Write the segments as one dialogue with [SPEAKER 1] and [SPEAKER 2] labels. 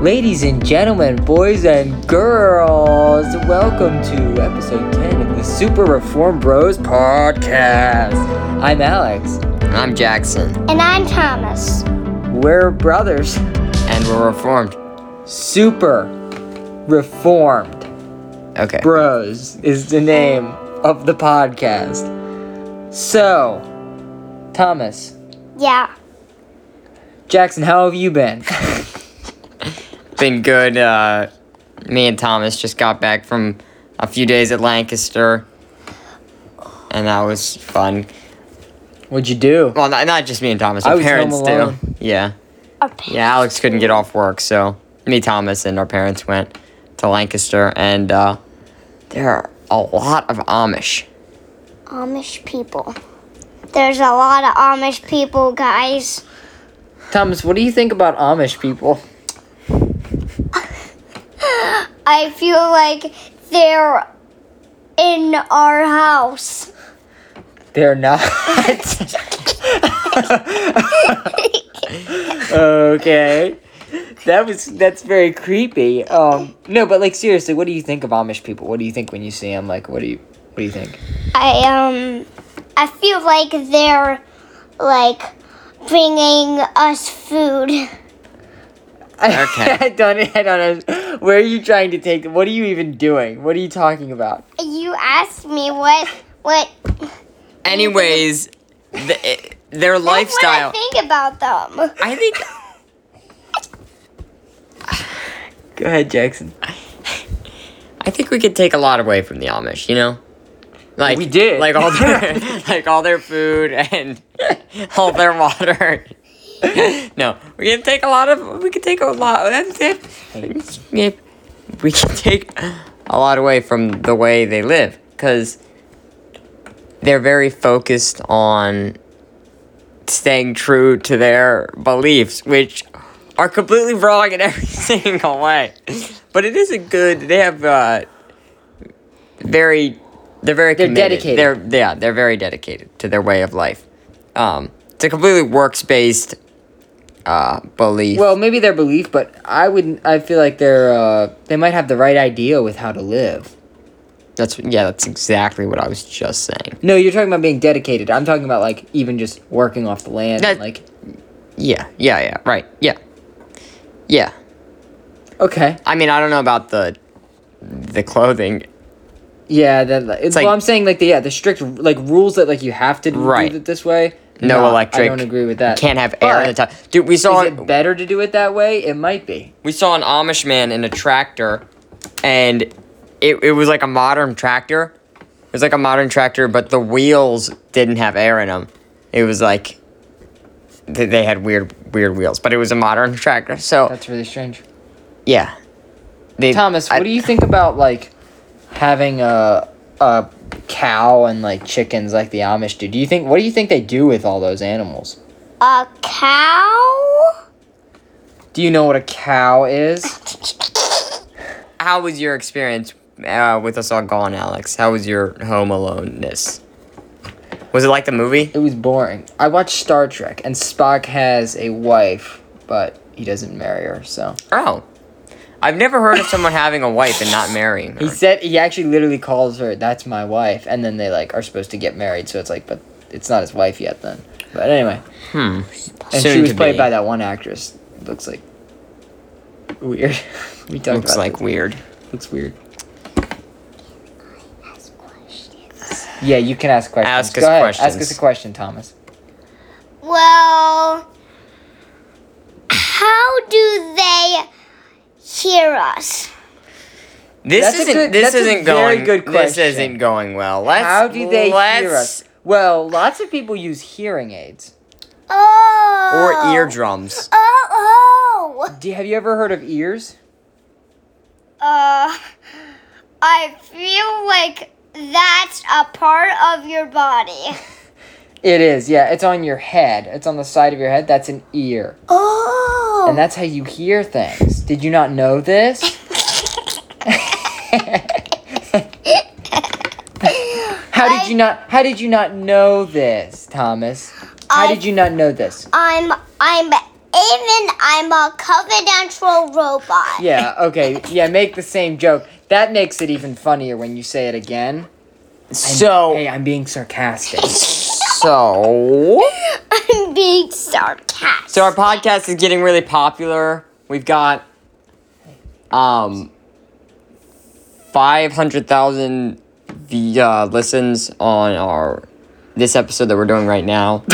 [SPEAKER 1] Ladies and gentlemen, boys and girls, welcome to episode 10 of the Super Reform Bros podcast. I'm Alex.
[SPEAKER 2] I'm Jackson,
[SPEAKER 3] And I'm Thomas.
[SPEAKER 1] We're brothers.
[SPEAKER 2] and we're reformed.
[SPEAKER 1] Super Reformed
[SPEAKER 2] Okay.
[SPEAKER 1] Bros is the name of the podcast. So, Thomas,
[SPEAKER 3] Yeah.
[SPEAKER 1] Jackson, how have you been?
[SPEAKER 2] Been good. Uh, me and Thomas just got back from a few days at Lancaster, and that was fun.
[SPEAKER 1] What'd you do?
[SPEAKER 2] Well, not, not just me and Thomas,
[SPEAKER 1] I
[SPEAKER 2] our
[SPEAKER 1] was home
[SPEAKER 2] parents
[SPEAKER 1] alone.
[SPEAKER 2] too. Yeah.
[SPEAKER 3] Our
[SPEAKER 2] Yeah, Alex couldn't get off work, so me, Thomas, and our parents went to Lancaster, and uh, there are a lot of Amish.
[SPEAKER 3] Amish people. There's a lot of Amish people, guys.
[SPEAKER 1] Thomas, what do you think about Amish people?
[SPEAKER 3] I feel like they're in our house.
[SPEAKER 1] They're not. okay. That was that's very creepy. Um no, but like seriously, what do you think of Amish people? What do you think when you see them? Like what do you what do you think?
[SPEAKER 3] I um I feel like they're like bringing us food.
[SPEAKER 1] I,
[SPEAKER 2] Okay.
[SPEAKER 1] I don't I don't know. Where are you trying to take what are you even doing? What are you talking about?
[SPEAKER 3] You asked me what what
[SPEAKER 2] Anyways, the, eh, their
[SPEAKER 3] that's what
[SPEAKER 2] lifestyle.
[SPEAKER 3] I think about them.
[SPEAKER 2] I think
[SPEAKER 1] Go ahead, Jackson.
[SPEAKER 2] I think we could take a lot away from the Amish, you know? Like
[SPEAKER 1] We did.
[SPEAKER 2] Like all their like all their food and all their water. no, we can take a lot of we can take a lot that's it. Yep. We can take a lot away from the way they live cuz they're very focused on staying true to their beliefs, which are completely wrong in every single way. But it is a good. They have uh, very. They're very.
[SPEAKER 1] They're
[SPEAKER 2] committed.
[SPEAKER 1] dedicated.
[SPEAKER 2] They're yeah. They're very dedicated to their way of life. Um, it's a completely works based uh, belief.
[SPEAKER 1] Well, maybe their belief, but I would I feel like they're uh they might have the right idea with how to live.
[SPEAKER 2] that's yeah. That's exactly what I was just saying.
[SPEAKER 1] No, you're talking about being dedicated. I'm talking about like even just working off the land and
[SPEAKER 2] That-
[SPEAKER 1] like
[SPEAKER 2] Yeah. Yeah. Yeah. Right. Yeah. Yeah.
[SPEAKER 1] okay.
[SPEAKER 2] I mean, I don't know about the the clothing.
[SPEAKER 1] Yeah, then like, it's,
[SPEAKER 2] like-
[SPEAKER 1] well, I'm saying like the yeah the strict like rules that like you have to
[SPEAKER 2] Right.
[SPEAKER 1] do it this way.
[SPEAKER 2] No
[SPEAKER 1] Nah,
[SPEAKER 2] electric.
[SPEAKER 1] I don't agree with that.
[SPEAKER 2] Can't have air in the
[SPEAKER 1] But
[SPEAKER 2] top. Dude, we saw
[SPEAKER 1] Is it better to do it that way? It might be.
[SPEAKER 2] we saw an Amish man in a tractor, and it, it was like a modern tractor. It was like a modern tractor, but the wheels didn't have air in them. It was like th- they had weird weird wheels, but it was a modern tractor. So
[SPEAKER 1] That's really strange.
[SPEAKER 2] yeah, They-
[SPEAKER 1] Thomas,
[SPEAKER 2] I-
[SPEAKER 1] what do you think about like having a a cow and like chickens like the Amish do? Do you think what do you think they do with all those animals?
[SPEAKER 3] A cow?
[SPEAKER 1] Do you know what a cow is?
[SPEAKER 2] How was your experience uh, with us all gone, Alex? How was your home aloneness? Was it like the movie?
[SPEAKER 1] It was boring. I watched Star Trek and Spock has a wife, but he doesn't marry her, so.
[SPEAKER 2] Oh, I've never heard of someone having a wife and not marrying her.
[SPEAKER 1] He said he actually literally calls her, "That's my wife," and then they like are supposed to get married. So it's like, but it's not his wife yet then. But anyway,
[SPEAKER 2] hmm,
[SPEAKER 1] and she
[SPEAKER 2] Soon
[SPEAKER 1] was
[SPEAKER 2] to
[SPEAKER 1] played
[SPEAKER 2] be.
[SPEAKER 1] by that one actress. Looks like weird. we talked
[SPEAKER 2] Looks
[SPEAKER 1] about
[SPEAKER 2] like
[SPEAKER 1] this.
[SPEAKER 2] weird.
[SPEAKER 1] looks weird. Yeah, you can ask questions.
[SPEAKER 2] Ask
[SPEAKER 1] Go
[SPEAKER 2] us
[SPEAKER 1] ahead. Ask
[SPEAKER 2] questions.
[SPEAKER 1] us a question, Thomas.
[SPEAKER 3] Well, how do they hear us?
[SPEAKER 2] This
[SPEAKER 1] That's a
[SPEAKER 2] isn't.
[SPEAKER 1] good-
[SPEAKER 2] this
[SPEAKER 1] that's a
[SPEAKER 2] isn't
[SPEAKER 1] very
[SPEAKER 2] going.
[SPEAKER 1] good
[SPEAKER 2] This
[SPEAKER 1] question.
[SPEAKER 2] isn't going well. Let's.
[SPEAKER 1] How do they
[SPEAKER 2] let's,
[SPEAKER 1] hear us? Well, lots of people use hearing aids.
[SPEAKER 2] Or
[SPEAKER 3] Oh.
[SPEAKER 2] eardrums.
[SPEAKER 3] Oh,
[SPEAKER 1] Do have you ever heard of ears?
[SPEAKER 3] oh. Uh, I feel like that's a part of your body.
[SPEAKER 1] It is. Yeah, it's on your head. It's on the side of your head. That's an ear.
[SPEAKER 3] Oh.
[SPEAKER 1] And that's how you hear things. Did you not know this? how did you not how did you not know this, Thomas? How
[SPEAKER 3] I-
[SPEAKER 1] did you not know this?
[SPEAKER 3] I'm I'm Even I'm a confidential robot.
[SPEAKER 1] Yeah, okay. Yeah, make the same joke. That makes it even funnier when you say it again.
[SPEAKER 2] So,
[SPEAKER 1] Hey, I'm being sarcastic.
[SPEAKER 2] so,
[SPEAKER 3] I'm being sarcastic.
[SPEAKER 2] so our podcast is getting really popular. We've got um five hundred thousand the uh, listens on our this episode that we're doing right now.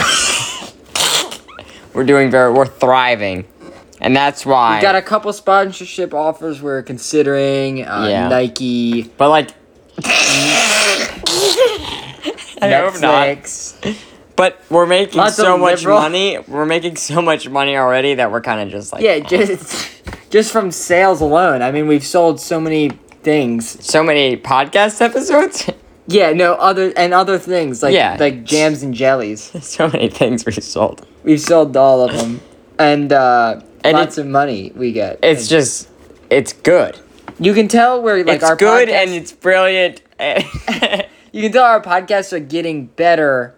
[SPEAKER 2] we're doing very. We're thriving, and that's why.
[SPEAKER 1] We got a couple sponsorship offers we're considering. Uh,
[SPEAKER 2] Yeah.
[SPEAKER 1] Nike,
[SPEAKER 2] but like, I hope not.
[SPEAKER 1] Netflix.
[SPEAKER 2] But we're making
[SPEAKER 1] Lots
[SPEAKER 2] so
[SPEAKER 1] of
[SPEAKER 2] much
[SPEAKER 1] liberal-
[SPEAKER 2] money. We're making so much money already that we're kind of just like
[SPEAKER 1] Yeah, just just from sales alone. I mean, we've sold so many things.
[SPEAKER 2] so many podcast episodes.
[SPEAKER 1] Yeah, no other and other things like
[SPEAKER 2] Yeah.
[SPEAKER 1] like jams and jellies.
[SPEAKER 2] so many things we sold.
[SPEAKER 1] We've sold all of them, and uh,
[SPEAKER 2] And
[SPEAKER 1] lots
[SPEAKER 2] it-
[SPEAKER 1] of money we get.
[SPEAKER 2] It's just, it's good.
[SPEAKER 1] you can tell we're like
[SPEAKER 2] it's
[SPEAKER 1] our
[SPEAKER 2] good
[SPEAKER 1] podcast-
[SPEAKER 2] and it's brilliant. and-
[SPEAKER 1] you can tell our podcasts are getting better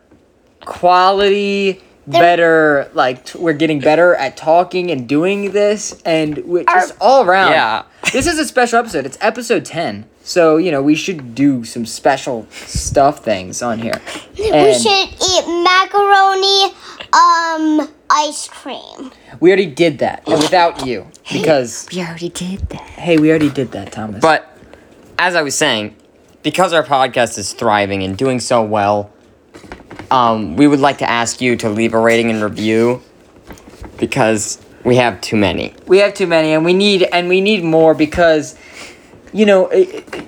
[SPEAKER 1] quality better like t- we're getting better at talking and doing this and we just all around
[SPEAKER 2] Yeah.
[SPEAKER 1] this is a special episode it's episode 10 so you know we should do some special stuff things on here
[SPEAKER 3] we
[SPEAKER 1] And
[SPEAKER 3] should eat macaroni, um, ice cream.
[SPEAKER 1] we already did that and without you because
[SPEAKER 2] we already did that.
[SPEAKER 1] hey we already did that thomas
[SPEAKER 2] But as I was saying, because our podcast is thriving and doing so well, um, we would like to ask you to leave a rating and review because we have too many.
[SPEAKER 1] we have too many and we need and we need more because you know it- it-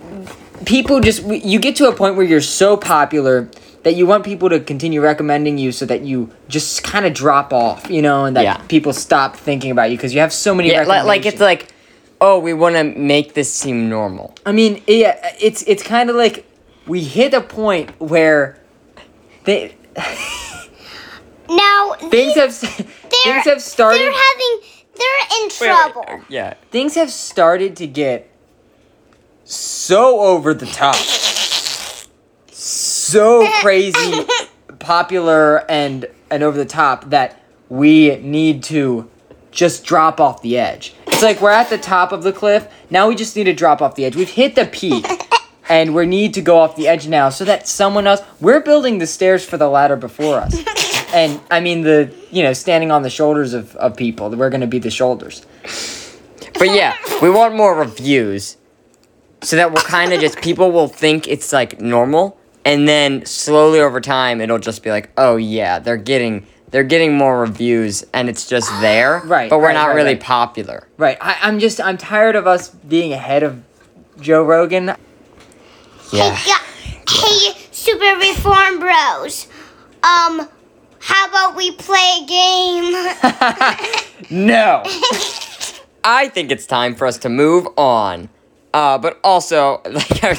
[SPEAKER 1] people just we- you get to a point where you're so popular that you want people to continue recommending you so that you just kind of drop off you know and that
[SPEAKER 2] Yeah.
[SPEAKER 1] people stop thinking about you because you have so many
[SPEAKER 2] Yeah, li-
[SPEAKER 1] recommendations
[SPEAKER 2] like it's like, oh, we want to make this seem normal.
[SPEAKER 1] i mean yeah it's it's kind of like we hit a point where they
[SPEAKER 3] Now,
[SPEAKER 1] things
[SPEAKER 3] these-
[SPEAKER 1] have s-
[SPEAKER 3] they're-
[SPEAKER 1] things have started
[SPEAKER 3] They're having, they're in trouble.
[SPEAKER 2] Yeah.
[SPEAKER 1] things have started to get so over the top, so crazy, popular, and and over the top that we need to just drop off the edge. It's like we're at the top of the cliff. Now we just need to drop off the edge. We've hit the peak. And we need to go off the edge now so that someone else we're building the stairs for the ladder before us. And I mean the you know, standing on the shoulders of, of people. We're gonna be the shoulders.
[SPEAKER 2] But yeah, we want more reviews so that we'll kind of just, people will think it's like normal. And then slowly over time, it'll just be like, oh yeah, they're getting. They're getting more reviews and it's just there.
[SPEAKER 1] Right,
[SPEAKER 2] But we're
[SPEAKER 1] right,
[SPEAKER 2] not
[SPEAKER 1] right,
[SPEAKER 2] really
[SPEAKER 1] right.
[SPEAKER 2] popular.
[SPEAKER 1] Right. I, I'm just I'm tired of us being ahead of Joe Rogan.
[SPEAKER 2] Yeah.
[SPEAKER 3] Hey, gu- hey, Super Reform Bros. Um, how about we play a game?
[SPEAKER 1] No.
[SPEAKER 2] I think it's time for us to move on. Uh, but also, like I was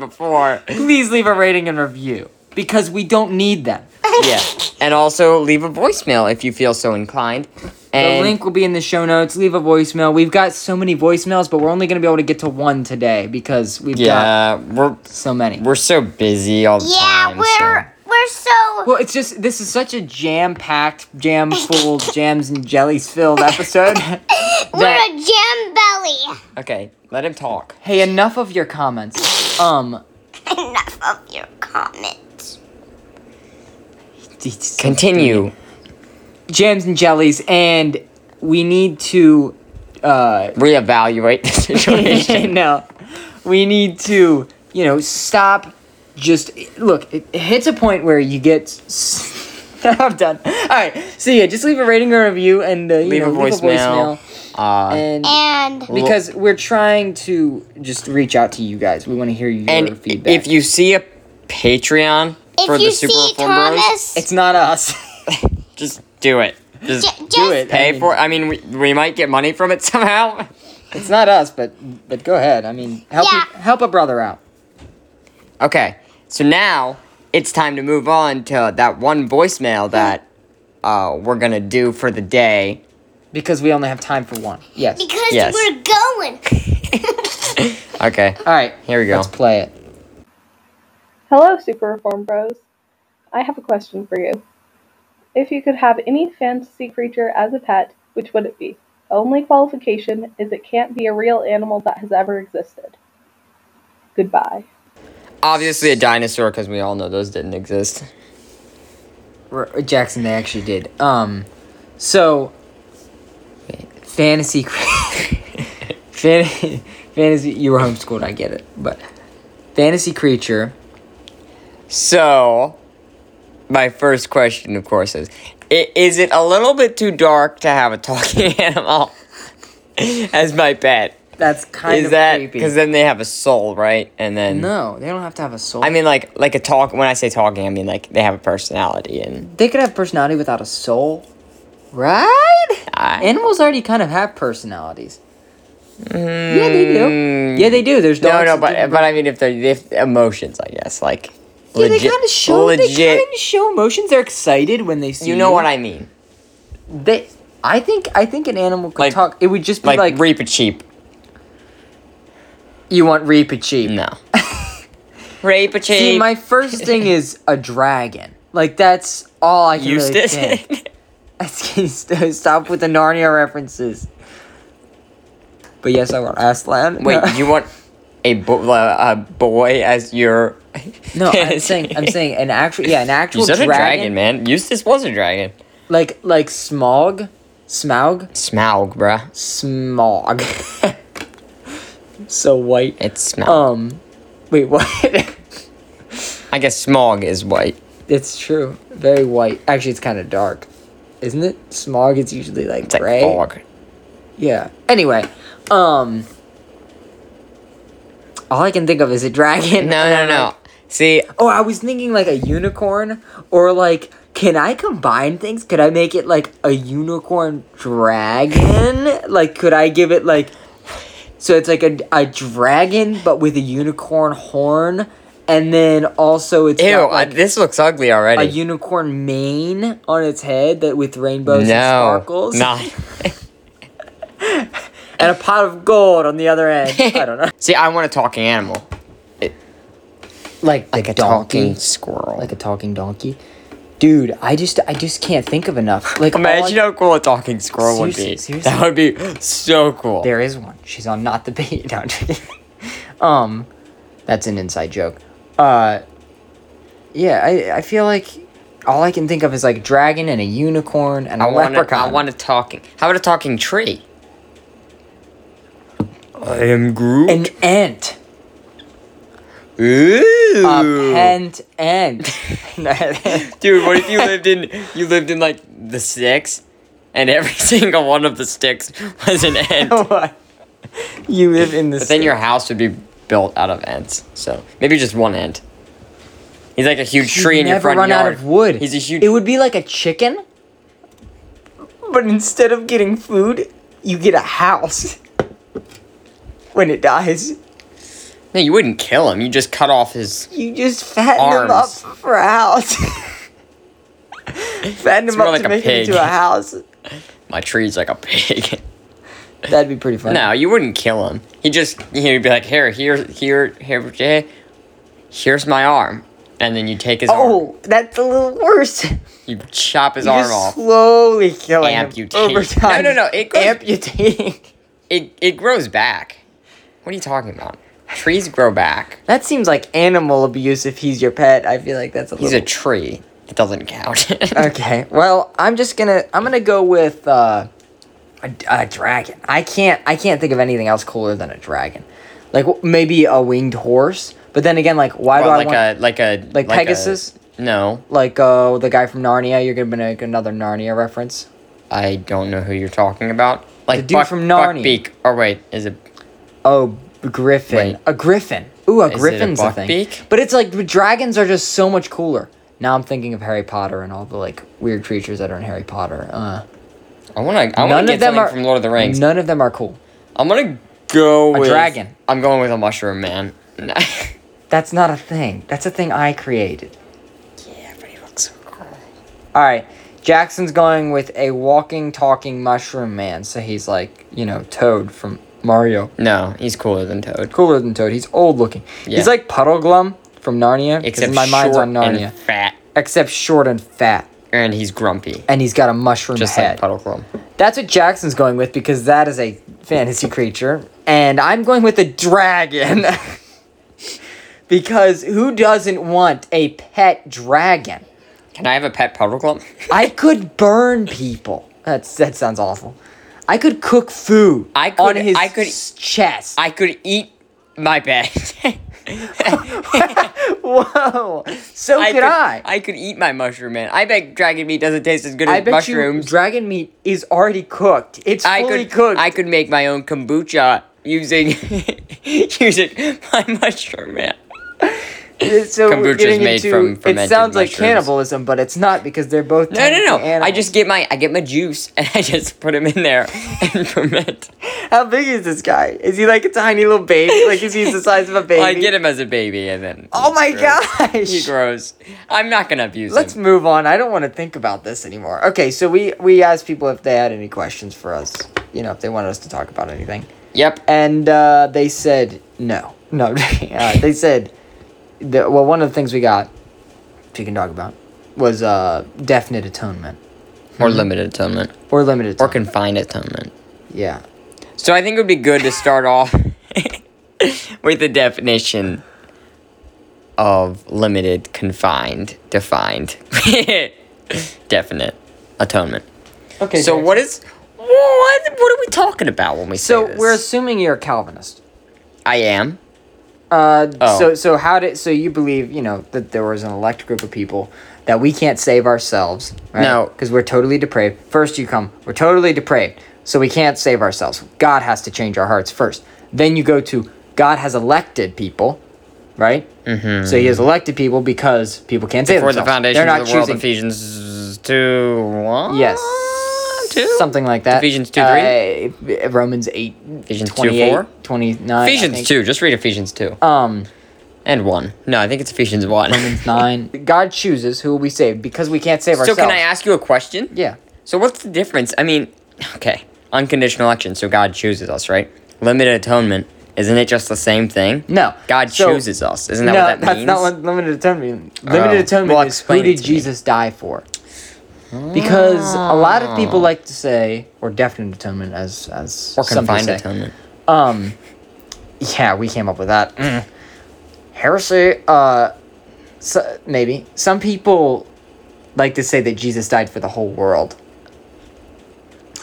[SPEAKER 2] before,
[SPEAKER 1] Please leave a rating and review because we don't need them.
[SPEAKER 2] yeah. And also leave a voicemail if you feel so inclined.
[SPEAKER 1] The
[SPEAKER 2] And
[SPEAKER 1] link will be in the show notes. Leave a voicemail. We've got so many voicemails, but we're only going to be able to get to one today because we've got
[SPEAKER 2] Yeah, we're
[SPEAKER 1] so many.
[SPEAKER 2] we're so busy all the
[SPEAKER 3] yeah,
[SPEAKER 2] time.
[SPEAKER 3] we're we're so
[SPEAKER 1] Well, it's just this is such a jam-packed, jam-full, jams and jellies-filled episode.
[SPEAKER 3] we're
[SPEAKER 1] that-
[SPEAKER 3] a jam belly.
[SPEAKER 2] so- okay. Let him talk.
[SPEAKER 1] hey, enough of your comments. Um,
[SPEAKER 3] Enough of your comments.
[SPEAKER 2] Continue.
[SPEAKER 1] jams and jellies, and we need to uh,
[SPEAKER 2] Reevaluate the situation.
[SPEAKER 1] no, we need to, you know, stop. Just look, it, it hits a point where you get. s- I'm done. All right, so yeah, just leave a rating or review and uh, you
[SPEAKER 2] leave,
[SPEAKER 1] know,
[SPEAKER 2] a voicemail. Uh,
[SPEAKER 1] and
[SPEAKER 3] And
[SPEAKER 1] because we're trying to just reach out to you guys, we want to hear your
[SPEAKER 2] and
[SPEAKER 1] feedback.
[SPEAKER 2] if you see a Patreon for
[SPEAKER 3] if
[SPEAKER 2] the
[SPEAKER 3] you
[SPEAKER 2] Super
[SPEAKER 3] see
[SPEAKER 2] Reform Bros,
[SPEAKER 3] Thomas,
[SPEAKER 1] it's not us.
[SPEAKER 2] just do it. Just
[SPEAKER 3] ju- just
[SPEAKER 1] do it. I
[SPEAKER 2] pay
[SPEAKER 1] mean,
[SPEAKER 2] for. it. I mean, we, we might get money from it somehow.
[SPEAKER 1] It's not us, but but go ahead. I mean, help
[SPEAKER 3] Yeah.
[SPEAKER 1] you- help a brother out.
[SPEAKER 2] Okay, so now it's time to move on to that one voicemail that uh, we're gonna do for the day.
[SPEAKER 1] Because we only have time for one. Yes.
[SPEAKER 3] because
[SPEAKER 2] Yes.
[SPEAKER 3] we're going.
[SPEAKER 2] Okay,
[SPEAKER 1] All right.
[SPEAKER 2] here we go.
[SPEAKER 1] Let's play it.
[SPEAKER 4] Hello, Super Reform Bros. I have a question for you. If you could have any fantasy creature as a pet, which would it be? Only qualification is it can't be a real animal that has ever existed. Goodbye.
[SPEAKER 2] Obviously a dinosaur because we all know those didn't exist.
[SPEAKER 1] R- Jackson, they actually did. Um, so fantasy, fan- fantasy. You were homeschooled, I get it, but fantasy creature.
[SPEAKER 2] So, my first question, of course, is i- Is it a little bit too dark to have a talking animal as my pet?
[SPEAKER 1] That's kind
[SPEAKER 2] Is
[SPEAKER 1] of
[SPEAKER 2] that
[SPEAKER 1] creepy.
[SPEAKER 2] because then they have a soul, right? And then
[SPEAKER 1] no, they don't have to have a soul.
[SPEAKER 2] I mean, like like a talk. When I say talking, I mean like they have a personality, and
[SPEAKER 1] they could have personality without a soul, right?
[SPEAKER 2] I,
[SPEAKER 1] Animals already kind of have personalities. Yeah, they do.
[SPEAKER 2] Mm.
[SPEAKER 1] Yeah, they do. There's
[SPEAKER 2] no,
[SPEAKER 1] dogs
[SPEAKER 2] no,
[SPEAKER 1] that
[SPEAKER 2] but
[SPEAKER 1] do-
[SPEAKER 2] but I mean if they're if emotions, I guess like
[SPEAKER 1] yeah, they
[SPEAKER 2] legit-
[SPEAKER 1] kind of show. They
[SPEAKER 2] legit.
[SPEAKER 1] kind of show emotions. They're excited when they see
[SPEAKER 2] you know what I mean?
[SPEAKER 1] They, I think, I think an animal could
[SPEAKER 2] Like-
[SPEAKER 1] talk. It would just be
[SPEAKER 2] Like,
[SPEAKER 1] like,
[SPEAKER 2] reap a cheap.
[SPEAKER 1] you want reap a cheap.
[SPEAKER 2] No. Rape a cheap.
[SPEAKER 1] See, my first thing is a dragon. Like that's all I can really
[SPEAKER 2] Eustace.
[SPEAKER 1] think. St- Stop with the Narnia references. But yes, I want Aslan.
[SPEAKER 2] Wait, you want a, bo- uh, a boy as your?
[SPEAKER 1] No, I'm saying, I'm saying an actual, yeah, an actual
[SPEAKER 2] You said
[SPEAKER 1] dragon,
[SPEAKER 2] a dragon, man. Eustace was a dragon.
[SPEAKER 1] Like, like Smog, Smaug,
[SPEAKER 2] Smaug, bruh.
[SPEAKER 1] Smog. so white.
[SPEAKER 2] It's Smaug.
[SPEAKER 1] Um, wait, what?
[SPEAKER 2] I guess Smog is white.
[SPEAKER 1] It's true. Very white. Actually, it's kind of dark, isn't it? Smog is usually like
[SPEAKER 2] It's like
[SPEAKER 1] gray.
[SPEAKER 2] fog.
[SPEAKER 1] Yeah. Anyway, um, all I can think of is a dragon.
[SPEAKER 2] No, no, no. See,
[SPEAKER 1] Oh, I was thinking like a unicorn or like. Can I combine things? Could I make it like a unicorn dragon? Like, could I give it like. So it's like a, a dragon, but with a unicorn horn. And then also it's
[SPEAKER 2] ew.
[SPEAKER 1] got,
[SPEAKER 2] I,
[SPEAKER 1] like,
[SPEAKER 2] this looks ugly
[SPEAKER 1] a
[SPEAKER 2] already.
[SPEAKER 1] unicorn mane on its head that with rainbows and
[SPEAKER 2] no,
[SPEAKER 1] sparkles.
[SPEAKER 2] not.
[SPEAKER 1] And a pot of gold on the other end. I don't know.
[SPEAKER 2] See, I want a talking animal,
[SPEAKER 1] Like,
[SPEAKER 2] like
[SPEAKER 1] the
[SPEAKER 2] a talking
[SPEAKER 1] donkey.
[SPEAKER 2] squirrel.
[SPEAKER 1] Like a talking donkey. Dude, I just I just can't think of enough. Like all I-
[SPEAKER 2] Imagine how cool a talking squirrel would
[SPEAKER 1] Seriously-
[SPEAKER 2] be.
[SPEAKER 1] seriously.
[SPEAKER 2] That would be so cool.
[SPEAKER 1] there is one. She's on not the beat. No, I'm joking. um that's an inside joke. Uh yeah, I I feel like all I can think of is like dragon and a unicorn and a
[SPEAKER 2] I want. A,
[SPEAKER 1] leprechaun.
[SPEAKER 2] I want a talking. How about a talking tree? I am Groot.
[SPEAKER 1] an ant.
[SPEAKER 2] Ooh.
[SPEAKER 1] A pent ant.
[SPEAKER 2] Dude, what if you lived in you lived in like the sticks, and every single one of the sticks was an ant? but
[SPEAKER 1] What? you live in this.
[SPEAKER 2] then your house would be built out of ants. So maybe just one ant. He's like a huge
[SPEAKER 1] You'd
[SPEAKER 2] tree in your
[SPEAKER 1] never
[SPEAKER 2] front
[SPEAKER 1] run
[SPEAKER 2] yard.
[SPEAKER 1] out of wood.
[SPEAKER 2] He's a huge.
[SPEAKER 1] It would be like a chicken, but instead of getting food, you get a house when it dies.
[SPEAKER 2] no, you wouldn't kill him. You just cut off his.
[SPEAKER 1] You just fatten him up
[SPEAKER 2] Arms.
[SPEAKER 1] for a house. fatten him
[SPEAKER 2] more
[SPEAKER 1] up
[SPEAKER 2] like
[SPEAKER 1] to
[SPEAKER 2] a
[SPEAKER 1] make
[SPEAKER 2] pig.
[SPEAKER 1] it into a house.
[SPEAKER 2] My tree's like a pig.
[SPEAKER 1] That'd be pretty funny.
[SPEAKER 2] No, you wouldn't kill him. He just he'd be like, here, here, here, here, eh, here's my arm, and then you take his arm,
[SPEAKER 1] Oh, that's a little worse.
[SPEAKER 2] you chop his
[SPEAKER 1] You're
[SPEAKER 2] arm
[SPEAKER 1] just
[SPEAKER 2] off.
[SPEAKER 1] slowly killing
[SPEAKER 2] Amputate.
[SPEAKER 1] him over time.
[SPEAKER 2] No, no, no, it goes-
[SPEAKER 1] amputating.
[SPEAKER 2] It it grows back. What are you talking about? Trees grow back.
[SPEAKER 1] That seems like animal abuse if he's your pet. I feel like that's a
[SPEAKER 2] He's a
[SPEAKER 1] little
[SPEAKER 2] tree. It doesn't
[SPEAKER 1] Uh,
[SPEAKER 2] count.
[SPEAKER 1] Okay. Well, I'm just going to I'm going to go with uh a, a dragon. I can't I can't think of anything else cooler than a dragon. Like w- maybe a winged horse, but then again like why
[SPEAKER 2] Well,
[SPEAKER 1] do I
[SPEAKER 2] like
[SPEAKER 1] want
[SPEAKER 2] a like a
[SPEAKER 1] like
[SPEAKER 2] a-
[SPEAKER 1] Pegasus?
[SPEAKER 2] no,
[SPEAKER 1] like uh the guy from Narnia, you're going to make another Narnia reference.
[SPEAKER 2] I don't know who you're talking about. Like
[SPEAKER 1] The dude from Narnia.
[SPEAKER 2] Buckbeak. Or wait, is it?
[SPEAKER 1] Oh, b- griffin.
[SPEAKER 2] Wait.
[SPEAKER 1] A griffin. Ooh, a
[SPEAKER 2] it a
[SPEAKER 1] griffin's a, thing.
[SPEAKER 2] buckbeak?
[SPEAKER 1] But it's like the dragons are just so much cooler. Now I'm thinking of Harry Potter and all the like weird creatures that are in Harry Potter. Uh,
[SPEAKER 2] I want to. I
[SPEAKER 1] none
[SPEAKER 2] want to
[SPEAKER 1] of
[SPEAKER 2] get
[SPEAKER 1] them
[SPEAKER 2] something
[SPEAKER 1] are
[SPEAKER 2] from Lord of the Rings.
[SPEAKER 1] None of them are cool.
[SPEAKER 2] I'm gonna go
[SPEAKER 1] A
[SPEAKER 2] with
[SPEAKER 1] dragon.
[SPEAKER 2] I'm going with a mushroom man.
[SPEAKER 1] That's not a thing. That's a thing I created.
[SPEAKER 2] Yeah, but he looks so cool.
[SPEAKER 1] All right. Jackson's going with a walking, talking mushroom man. So he's like, you know, Toad from Mario.
[SPEAKER 2] No, he's cooler than Toad.
[SPEAKER 1] Cooler than Toad. He's old looking.
[SPEAKER 2] Yeah.
[SPEAKER 1] He's like Puddle Glum from Narnia. 'cause
[SPEAKER 2] Except
[SPEAKER 1] my mind's
[SPEAKER 2] short
[SPEAKER 1] on Narnia.
[SPEAKER 2] and fat.
[SPEAKER 1] Except short and fat.
[SPEAKER 2] and he's grumpy,
[SPEAKER 1] and he's got a mushroom
[SPEAKER 2] just
[SPEAKER 1] head.
[SPEAKER 2] like Puddlecrum.
[SPEAKER 1] That's what Jackson's going with because that is a fantasy creature. And I'm going with a dragon. because who doesn't want a pet dragon?
[SPEAKER 2] Can I have a pet Puddlecrum?
[SPEAKER 1] I could burn people. That's that sounds awful. I could cook food
[SPEAKER 2] I could-
[SPEAKER 1] on his
[SPEAKER 2] I could-
[SPEAKER 1] s- chest.
[SPEAKER 2] I could eat my bed.
[SPEAKER 1] Whoa. So could,
[SPEAKER 2] could
[SPEAKER 1] I.
[SPEAKER 2] I could eat my mushroom man. I bet dragon meat doesn't taste as good
[SPEAKER 1] I
[SPEAKER 2] as
[SPEAKER 1] bet
[SPEAKER 2] mushrooms.
[SPEAKER 1] you dragon meat is already cooked. It's
[SPEAKER 2] I
[SPEAKER 1] fully
[SPEAKER 2] could
[SPEAKER 1] cooked.
[SPEAKER 2] I could make my own kombucha using using my mushroom man.
[SPEAKER 1] It's- so we're
[SPEAKER 2] Kombucha's
[SPEAKER 1] getting
[SPEAKER 2] made
[SPEAKER 1] into,
[SPEAKER 2] from
[SPEAKER 1] it
[SPEAKER 2] fermented
[SPEAKER 1] sounds like
[SPEAKER 2] mushrooms.
[SPEAKER 1] cannibalism, but it's not because they're both
[SPEAKER 2] No, no, no.
[SPEAKER 1] technically
[SPEAKER 2] I
[SPEAKER 1] animals.
[SPEAKER 2] just get my I get my juice and I just put them in there and ferment.
[SPEAKER 1] How big is this guy? Is he like a tiny little baby? Like is he the size of a baby?
[SPEAKER 2] I get him as a baby and then
[SPEAKER 1] Oh
[SPEAKER 2] he
[SPEAKER 1] my
[SPEAKER 2] grows. He
[SPEAKER 1] gosh!
[SPEAKER 2] grows. I'm not gonna abuse
[SPEAKER 1] Let's
[SPEAKER 2] him.
[SPEAKER 1] move on. I don't want to think about this anymore. Okay, so we we asked people if they had any questions for us. You know, if they wanted us to talk about anything,
[SPEAKER 2] Yep.
[SPEAKER 1] and uh, they said no. No, uh, they said. The, well, one of the things we got, if you can talk about, was uh, definite atonement
[SPEAKER 2] Or limited atonement.
[SPEAKER 1] or limited.
[SPEAKER 2] Or
[SPEAKER 1] Atonement.
[SPEAKER 2] confined atonement.
[SPEAKER 1] yeah.
[SPEAKER 2] So I think it would be good to start off with the definition of limited, confined, defined, definite atonement.
[SPEAKER 1] Okay.
[SPEAKER 2] so what is what what are we talking about when we
[SPEAKER 1] So
[SPEAKER 2] say this?
[SPEAKER 1] we're assuming you're a Calvinist.
[SPEAKER 2] I am.
[SPEAKER 1] Uh,
[SPEAKER 2] Oh.
[SPEAKER 1] so so how did so you believe you know that there was an elect group of people that we can't save ourselves right?
[SPEAKER 2] No.
[SPEAKER 1] because we're totally depraved first you come we're totally depraved so we can't save ourselves god has to change our hearts first then you go to god has elected people right mm-hmm. so he has elected people because people can't save
[SPEAKER 2] For the
[SPEAKER 1] themselves
[SPEAKER 2] foundation
[SPEAKER 1] they're not
[SPEAKER 2] of the world,
[SPEAKER 1] choosing
[SPEAKER 2] Ephesians two one.
[SPEAKER 1] yes
[SPEAKER 2] two?
[SPEAKER 1] something like that
[SPEAKER 2] Ephesians 2,
[SPEAKER 1] uh, romans 8
[SPEAKER 2] Ephesians 2,
[SPEAKER 1] 28
[SPEAKER 2] 4?
[SPEAKER 1] 29 I
[SPEAKER 2] Ephesians
[SPEAKER 1] think.
[SPEAKER 2] two. Just read Ephesians two
[SPEAKER 1] um
[SPEAKER 2] and one. No, I think it's Ephesians one.
[SPEAKER 1] Romans 9. God chooses who will be saved because we can't save
[SPEAKER 2] so
[SPEAKER 1] ourselves.
[SPEAKER 2] can I ask you a question?
[SPEAKER 1] Yeah.
[SPEAKER 2] So what's the difference? I mean, okay, unconditional election. So God chooses us, right? Limited atonement. Isn't it just the same thing?
[SPEAKER 1] No.
[SPEAKER 2] God
[SPEAKER 1] So-
[SPEAKER 2] chooses us. Isn't that
[SPEAKER 1] no,
[SPEAKER 2] what that
[SPEAKER 1] that's
[SPEAKER 2] means?
[SPEAKER 1] not what limited atonement means.
[SPEAKER 2] Oh.
[SPEAKER 1] Limited atonement
[SPEAKER 2] Well,
[SPEAKER 1] is
[SPEAKER 2] explain
[SPEAKER 1] who
[SPEAKER 2] it
[SPEAKER 1] did
[SPEAKER 2] to me.
[SPEAKER 1] Jesus die for?
[SPEAKER 2] Ah.
[SPEAKER 1] Because a lot of people like to say, or definite atonement, as as
[SPEAKER 2] or
[SPEAKER 1] some people
[SPEAKER 2] confined
[SPEAKER 1] say.
[SPEAKER 2] atonement.
[SPEAKER 1] Um, yeah, we came up with that. Mm. Heresy. Uh, so, maybe some people like to say that Jesus died for the whole world.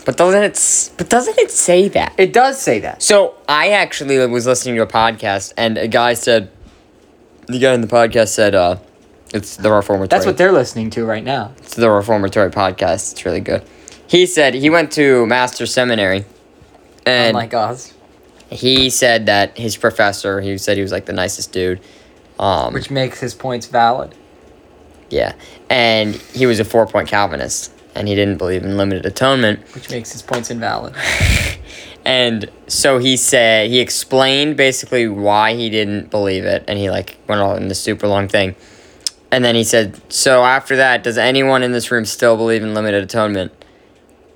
[SPEAKER 2] But doesn't it? s- But doesn't it say that?
[SPEAKER 1] It does say that.
[SPEAKER 2] So I actually was listening to a podcast, and a guy said, the guy in the podcast said, uh, it's the reformatory.
[SPEAKER 1] That's what they're listening to right now.
[SPEAKER 2] it's the reformatory podcast. It's really good. He said he went to master seminary, and
[SPEAKER 1] Unlike us.
[SPEAKER 2] he said that his professor, he said he was like the nicest dude. Um,
[SPEAKER 1] which makes his points valid.
[SPEAKER 2] yeah, and he was a four point Calvinist, and he didn't believe in limited atonement.
[SPEAKER 1] Which makes his points invalid.
[SPEAKER 2] And so he said he explained basically why he didn't believe it, and he like went on in this super long thing. And then he said, "So after that, does anyone in this room still believe in limited atonement?"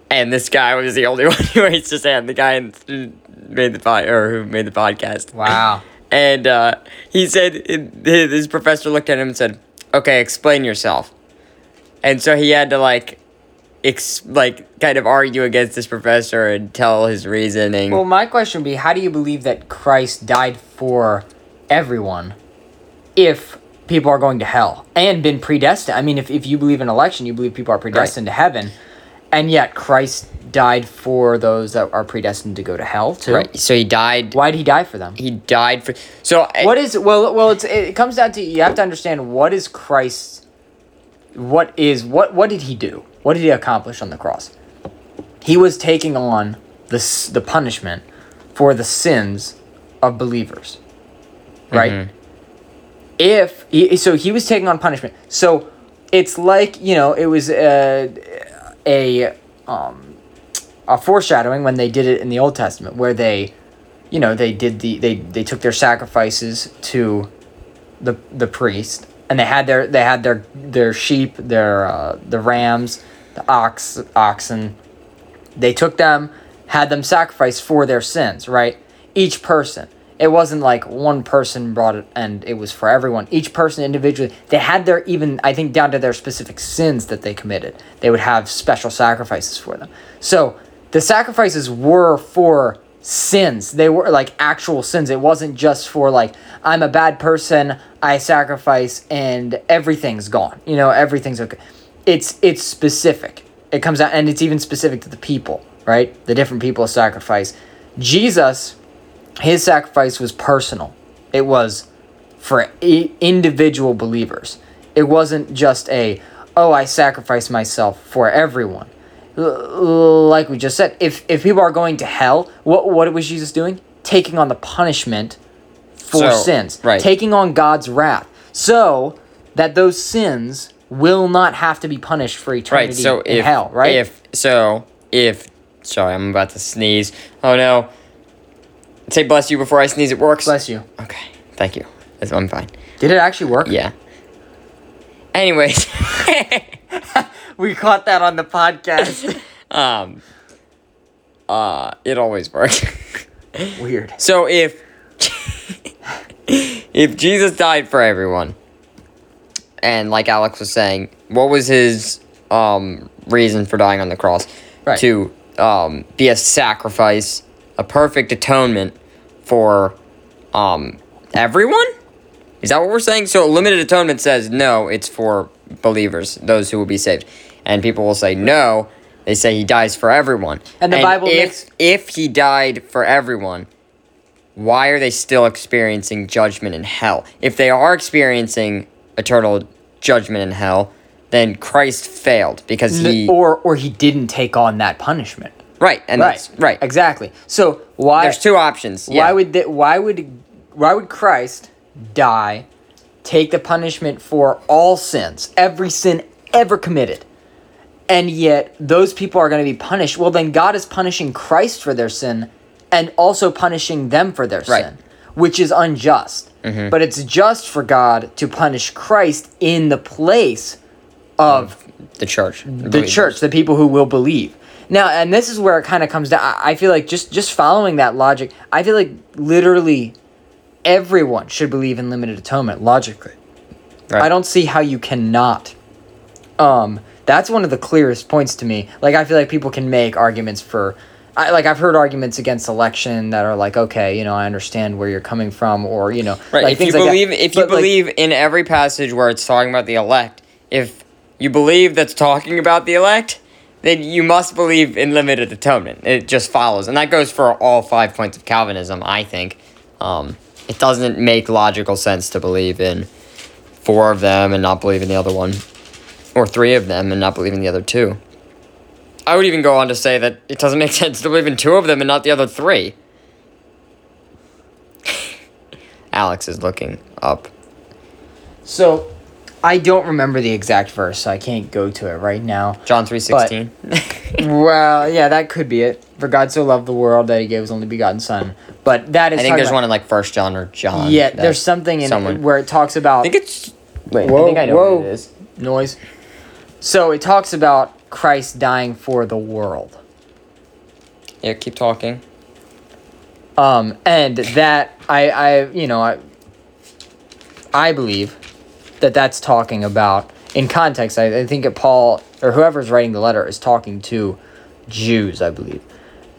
[SPEAKER 2] And this guy was the only one who raised his hand. The guy who made the pod, or who made the podcast.
[SPEAKER 1] Wow.
[SPEAKER 2] And uh, he said, his his professor looked at him and said, "Okay, explain yourself." And so he had to like, ex- like kind of argue against this professor and tell his reasoning.
[SPEAKER 1] Well, my question would be how do you believe that Christ died for everyone if people are going to hell and been predestined? I mean, if, if you believe in election, you believe people are predestined to heaven, and yet Christ died for those that are predestined to go to hell, too.
[SPEAKER 2] right. So he died.
[SPEAKER 1] Why did he die for them?
[SPEAKER 2] He died for. So uh, I-
[SPEAKER 1] What is well? Well, it's, it comes down to you have to understand what is Christ. What is what? What did he do? What did he accomplish on the cross? He was taking on the s- the punishment for the sins of believers, right? If he, so, he was taking on punishment. So it's like you know, it was a a um a foreshadowing when they did it in the Old Testament, where they you know they did the they they took their sacrifices to the the priest and they had their they had their their sheep their uh, the rams the ox oxen they took them had them sacrificed for their sins right each person It wasn't like one person brought it and it was for everyone. Each person individually, they had their even, I think, down to their specific sins that they committed. They would have special sacrifices for them. So the sacrifices were for sins. They were like actual sins. It wasn't just for like, I'm a bad person, I sacrifice, and everything's gone. You know, everything's okay. It's it's specific. It comes out and it's even specific to the people, right? The different people sacrifice. Jesus his sacrifice was personal. It was for i- individual believers. It wasn't just a, oh, I sacrifice myself for everyone. L- like we just said, if if people are going to hell, what what was Jesus doing? Taking on the punishment for
[SPEAKER 2] So,
[SPEAKER 1] sins,
[SPEAKER 2] right.
[SPEAKER 1] taking on God's wrath, so that those sins will not have to be punished for eternity
[SPEAKER 2] Right. So
[SPEAKER 1] in
[SPEAKER 2] if
[SPEAKER 1] hell. Right.
[SPEAKER 2] If so, if sorry, I'm about to sneeze. Oh no. Say bless you before I sneeze. It works.
[SPEAKER 1] Bless you.
[SPEAKER 2] Okay. Thank you. That's- I'm fine.
[SPEAKER 1] Did it actually work?
[SPEAKER 2] Yeah. Anyways,
[SPEAKER 1] We caught that on the podcast.
[SPEAKER 2] um, uh, it always works.
[SPEAKER 1] Weird.
[SPEAKER 2] so if if Jesus died for everyone, and like Alex was saying, what was his um reason for dying on the cross?
[SPEAKER 1] Right.
[SPEAKER 2] To um be a sacrifice, a perfect atonement for um everyone. Is that what we're saying? So limited atonement says no, it's for believers, those who will be saved. And people will say no. They say he dies for everyone.
[SPEAKER 1] And the Bible
[SPEAKER 2] if,
[SPEAKER 1] makes-
[SPEAKER 2] if he died for everyone, why are they still experiencing judgment in hell? If they are experiencing eternal judgment in hell, then Christ failed because he
[SPEAKER 1] or or he didn't take on that punishment.
[SPEAKER 2] right and
[SPEAKER 1] Right.
[SPEAKER 2] that's right.
[SPEAKER 1] Exactly. So why
[SPEAKER 2] There's two options.
[SPEAKER 1] why
[SPEAKER 2] yeah.
[SPEAKER 1] would that why would why would Christ die, take the punishment for all sins, every sin ever committed? And yet those people are going to be punished. Well, then God is punishing Christ for their sin and also punishing them for their
[SPEAKER 2] Right. Mm-hmm.
[SPEAKER 1] sin, which is unjust. But it's just for God to punish Christ in the place of
[SPEAKER 2] the church?
[SPEAKER 1] the church, the people who will believe. Now, and this is where it kind of comes down. I I feel like just just following that logic, I feel like literally everyone should believe in limited atonement logically.
[SPEAKER 2] Right.
[SPEAKER 1] I don't see how you cannot. Um, that's one of the clearest points to me. Like I feel like people can make arguments for, I like I've heard arguments against election that are like, okay, you know, I understand where you're coming from, or you know,
[SPEAKER 2] Right.
[SPEAKER 1] like,
[SPEAKER 2] if you
[SPEAKER 1] things like that.
[SPEAKER 2] believe, if you
[SPEAKER 1] But, like,
[SPEAKER 2] believe in every passage where it's talking about the elect, if you believe that's talking about the elect, then you must believe in limited atonement. It just follows, and that goes for all five points of Calvinism. I think um, it doesn't make logical sense to believe in four of them and not believe in the other one, or three of them and not believe in the other two. I would even go on to say that it doesn't make sense to believe in two of them and not the other three. Alex is looking up.
[SPEAKER 1] so, I don't remember the exact verse, so I can't go to it right now.
[SPEAKER 2] John three sixteen.
[SPEAKER 1] Well, yeah, that could be it. For God so loved the world that he gave his only begotten son. But that is
[SPEAKER 2] I think
[SPEAKER 1] talking
[SPEAKER 2] there's
[SPEAKER 1] about-
[SPEAKER 2] one in like First John or John.
[SPEAKER 1] Yeah,
[SPEAKER 2] that
[SPEAKER 1] there's something in
[SPEAKER 2] someone-
[SPEAKER 1] where it talks
[SPEAKER 2] I
[SPEAKER 1] about
[SPEAKER 2] think it's. Wait,
[SPEAKER 1] Whoa,
[SPEAKER 2] I think I know what
[SPEAKER 1] whoa.
[SPEAKER 2] it is.
[SPEAKER 1] noise. So it talks about Christ dying for the world.
[SPEAKER 2] Yeah, keep talking.
[SPEAKER 1] Um, and that I, I, you know, I, I believe that that's talking about in context. I, I think that Paul or whoever's writing the letter is talking to Jews, I believe,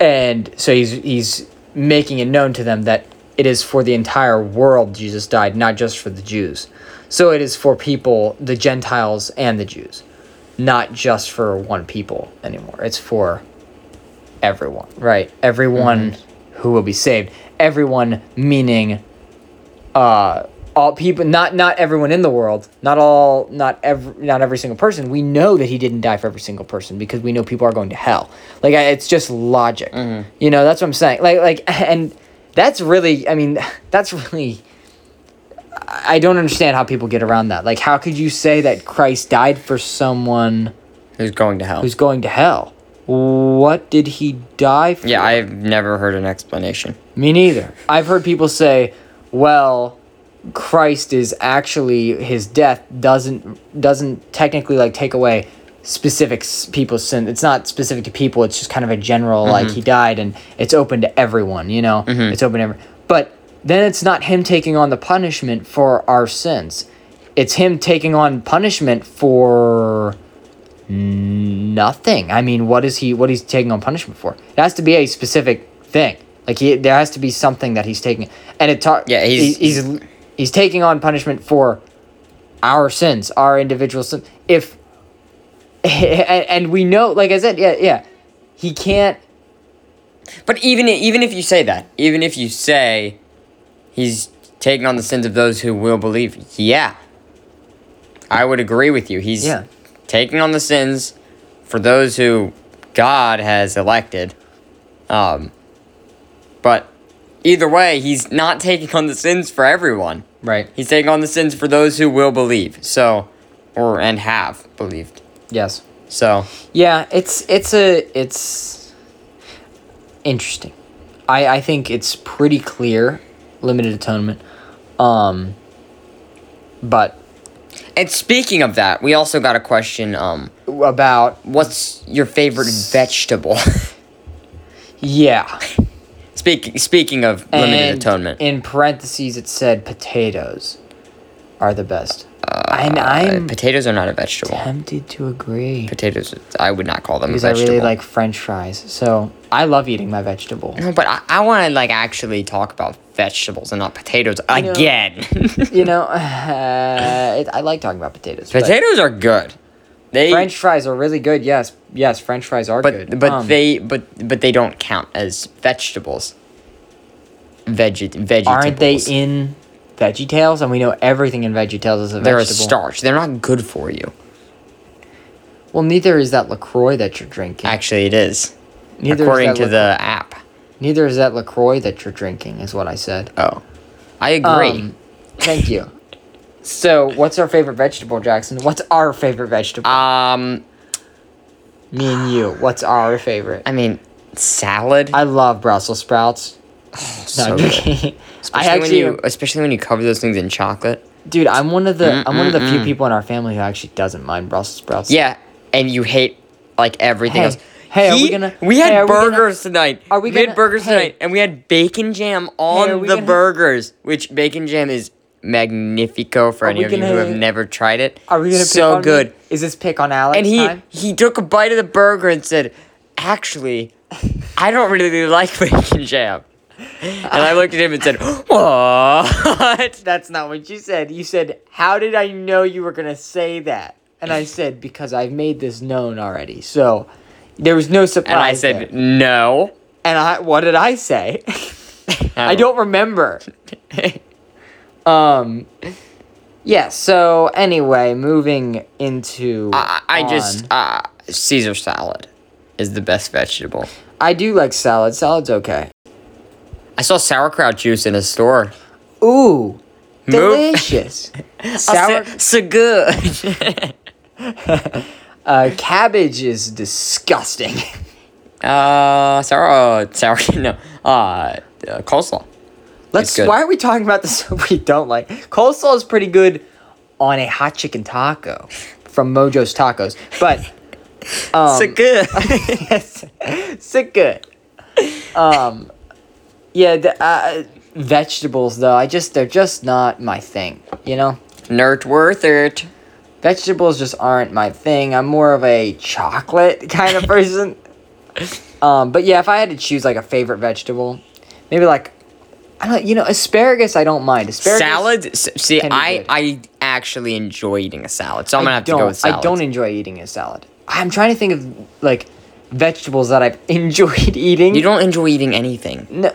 [SPEAKER 1] and so he's he's making it known to them that it is for the entire world Jesus died, not just for the Jews. So it is for people, the Gentiles and the Jews, not just for one people anymore. It's for everyone, right? Everyone who will be saved. Everyone meaning uh all people not not everyone in the world, not all not every not every single person. We know that he didn't die for every single person because we know people are going to hell. Like I, it's just logic. You know, that's what I'm saying. Like like and that's really I mean, that's really I I don't understand how people get around that. Like how could you say that Christ died for someone
[SPEAKER 2] Who's going to hell?
[SPEAKER 1] who's going to hell? What did he die for?
[SPEAKER 2] yeah, I've never heard an explanation.
[SPEAKER 1] Me neither. I've heard people say, "Well, Christ is actually his death doesn't doesn't technically like take away specific s- people's sin. It's not specific to people. It's just kind of a general like he died and it's open to everyone. You know, it's open to every. But then it's not him taking on the punishment for our sins. It's him taking on punishment for nothing. I mean, what is he what he's taking on punishment for? It has to be a specific thing. Like he, there has to be something that he's taking, and it. Ta-
[SPEAKER 2] Yeah, he's-
[SPEAKER 1] he- he's he's taking on punishment for our sins, our individual sins. If and, and we know, like I said, yeah, yeah, he can't.
[SPEAKER 2] But even i- even if you say that, even if you say he's taking on the sins of those who will believe, yeah, I would agree with you. He's
[SPEAKER 1] Yeah.
[SPEAKER 2] taking on the sins for those who God has elected. Um, but either way, he's not taking on the sins for everyone.
[SPEAKER 1] Right.
[SPEAKER 2] He's taking on the sins for those who will believe. So, or and have believed.
[SPEAKER 1] Yes.
[SPEAKER 2] So,
[SPEAKER 1] Yeah, it's it's a it's interesting. I I think it's pretty clear limited atonement. Um but
[SPEAKER 2] and speaking of that, we also got a question. Um,
[SPEAKER 1] about
[SPEAKER 2] What's your favorite vegetable?
[SPEAKER 1] yeah.
[SPEAKER 2] Speak, speaking of limited
[SPEAKER 1] And
[SPEAKER 2] atonement.
[SPEAKER 1] In parentheses it said potatoes are the best. and I'm
[SPEAKER 2] Uh, potatoes are not a vegetable.
[SPEAKER 1] tempted to agree.
[SPEAKER 2] Potatoes, I would not call them a
[SPEAKER 1] Because I
[SPEAKER 2] vegetable. Mm.
[SPEAKER 1] really like french fries. So I love eating my vegetable.
[SPEAKER 2] No, but I, I want to like actually talk about vegetables and not potatoes
[SPEAKER 1] know-
[SPEAKER 2] again.
[SPEAKER 1] you know, uh, it, I like talking about potatoes. but-
[SPEAKER 2] potatoes are good. They
[SPEAKER 1] French fries are really good. Yes, yes, French fries are
[SPEAKER 2] but
[SPEAKER 1] good.
[SPEAKER 2] but
[SPEAKER 1] Um,
[SPEAKER 2] they but but they don't count as vegetables. Veget vegetables.
[SPEAKER 1] aren't they in Veggie Tales? And we know everything in Veggie Tales is a
[SPEAKER 2] They're a
[SPEAKER 1] vegetable.
[SPEAKER 2] starch. They're not good for you.
[SPEAKER 1] Well, neither is that Lacroix that you're drinking.
[SPEAKER 2] Actually, it is.
[SPEAKER 1] neither
[SPEAKER 2] according
[SPEAKER 1] is that
[SPEAKER 2] to the app.
[SPEAKER 1] Lac- neither is that Lacroix that you're drinking is what I said.
[SPEAKER 2] Oh, I agree.
[SPEAKER 1] Um, thank you. So, what's our favorite vegetable, Jackson? What's our favorite vegetable?
[SPEAKER 2] Um,
[SPEAKER 1] Uh, Me and you. What's our favorite?
[SPEAKER 2] I mean, salad.
[SPEAKER 1] I love Brussels sprouts. No,
[SPEAKER 2] so
[SPEAKER 1] I'm
[SPEAKER 2] good.
[SPEAKER 1] joking. I
[SPEAKER 2] Especially
[SPEAKER 1] actually,
[SPEAKER 2] when you, especially when you cover those things in chocolate.
[SPEAKER 1] dude, I'm one of the I'm one of the few people in our family who actually doesn't mind Brussels sprouts.
[SPEAKER 2] Yeah, and you hate like everything
[SPEAKER 1] Hey,
[SPEAKER 2] else.
[SPEAKER 1] hey, are we gonna-
[SPEAKER 2] We
[SPEAKER 1] hey,
[SPEAKER 2] had
[SPEAKER 1] are we gonna-
[SPEAKER 2] burgers tonight.
[SPEAKER 1] are we
[SPEAKER 2] we
[SPEAKER 1] gonna-
[SPEAKER 2] had burgers
[SPEAKER 1] hey.
[SPEAKER 2] tonight, and we had bacon jam on
[SPEAKER 1] are we
[SPEAKER 2] the
[SPEAKER 1] gonna-
[SPEAKER 2] burgers, which bacon jam is magnifico for
[SPEAKER 1] Are
[SPEAKER 2] any
[SPEAKER 1] we
[SPEAKER 2] of you who
[SPEAKER 1] gonna-
[SPEAKER 2] have never tried it.
[SPEAKER 1] Are we gonna pick
[SPEAKER 2] so
[SPEAKER 1] on me?
[SPEAKER 2] good?
[SPEAKER 1] Is this pick on Alex?
[SPEAKER 2] And he
[SPEAKER 1] time?
[SPEAKER 2] he took a bite of the burger and said, "Actually, I don't really like bacon jam." And I looked at him and said, "What?"
[SPEAKER 1] That's not what you said. You said, "How did I know you were gonna say that?" And I said, "Because I've made this known already." So there was no surprise.
[SPEAKER 2] And I said,
[SPEAKER 1] there.
[SPEAKER 2] "No."
[SPEAKER 1] "And I, what did I say?
[SPEAKER 2] Oh.
[SPEAKER 1] I don't remember." um, yeah. So anyway, moving into,
[SPEAKER 2] I, I just
[SPEAKER 1] on.
[SPEAKER 2] uh, Caesar salad is the best vegetable.
[SPEAKER 1] I do like salad. Salad's okay.
[SPEAKER 2] I saw sauerkraut juice in a store.
[SPEAKER 1] Ooh,
[SPEAKER 2] Move-
[SPEAKER 1] delicious.
[SPEAKER 2] I
[SPEAKER 1] Sour
[SPEAKER 2] said, so good.
[SPEAKER 1] uh, cabbage is disgusting.
[SPEAKER 2] uh, sour, uh, sour, no, uh, uh, coleslaw.
[SPEAKER 1] Let's.
[SPEAKER 2] It's good.
[SPEAKER 1] Why are we talking about this we don't like? Coleslaw is pretty good on a hot chicken taco from Mojo's Tacos, but um,
[SPEAKER 2] so good.
[SPEAKER 1] yes, sick good. Um, yeah, the, uh, vegetables though, I just they're just not my thing. You know,
[SPEAKER 2] Nerd worth it.
[SPEAKER 1] vegetables just aren't my thing. I'm more of a chocolate kind of person. um, but yeah, if I had to choose like a favorite vegetable, maybe like. I don't, you know, asparagus. I don't mind asparagus.
[SPEAKER 2] Salad. s- See,
[SPEAKER 1] can be
[SPEAKER 2] I,
[SPEAKER 1] good.
[SPEAKER 2] I actually enjoy eating a salad, so I'm gonna have to
[SPEAKER 1] don't,
[SPEAKER 2] go with salad.
[SPEAKER 1] I don't enjoy eating a salad. I'm trying to think of like vegetables that I've enjoyed eating.
[SPEAKER 2] You don't enjoy eating anything
[SPEAKER 1] No.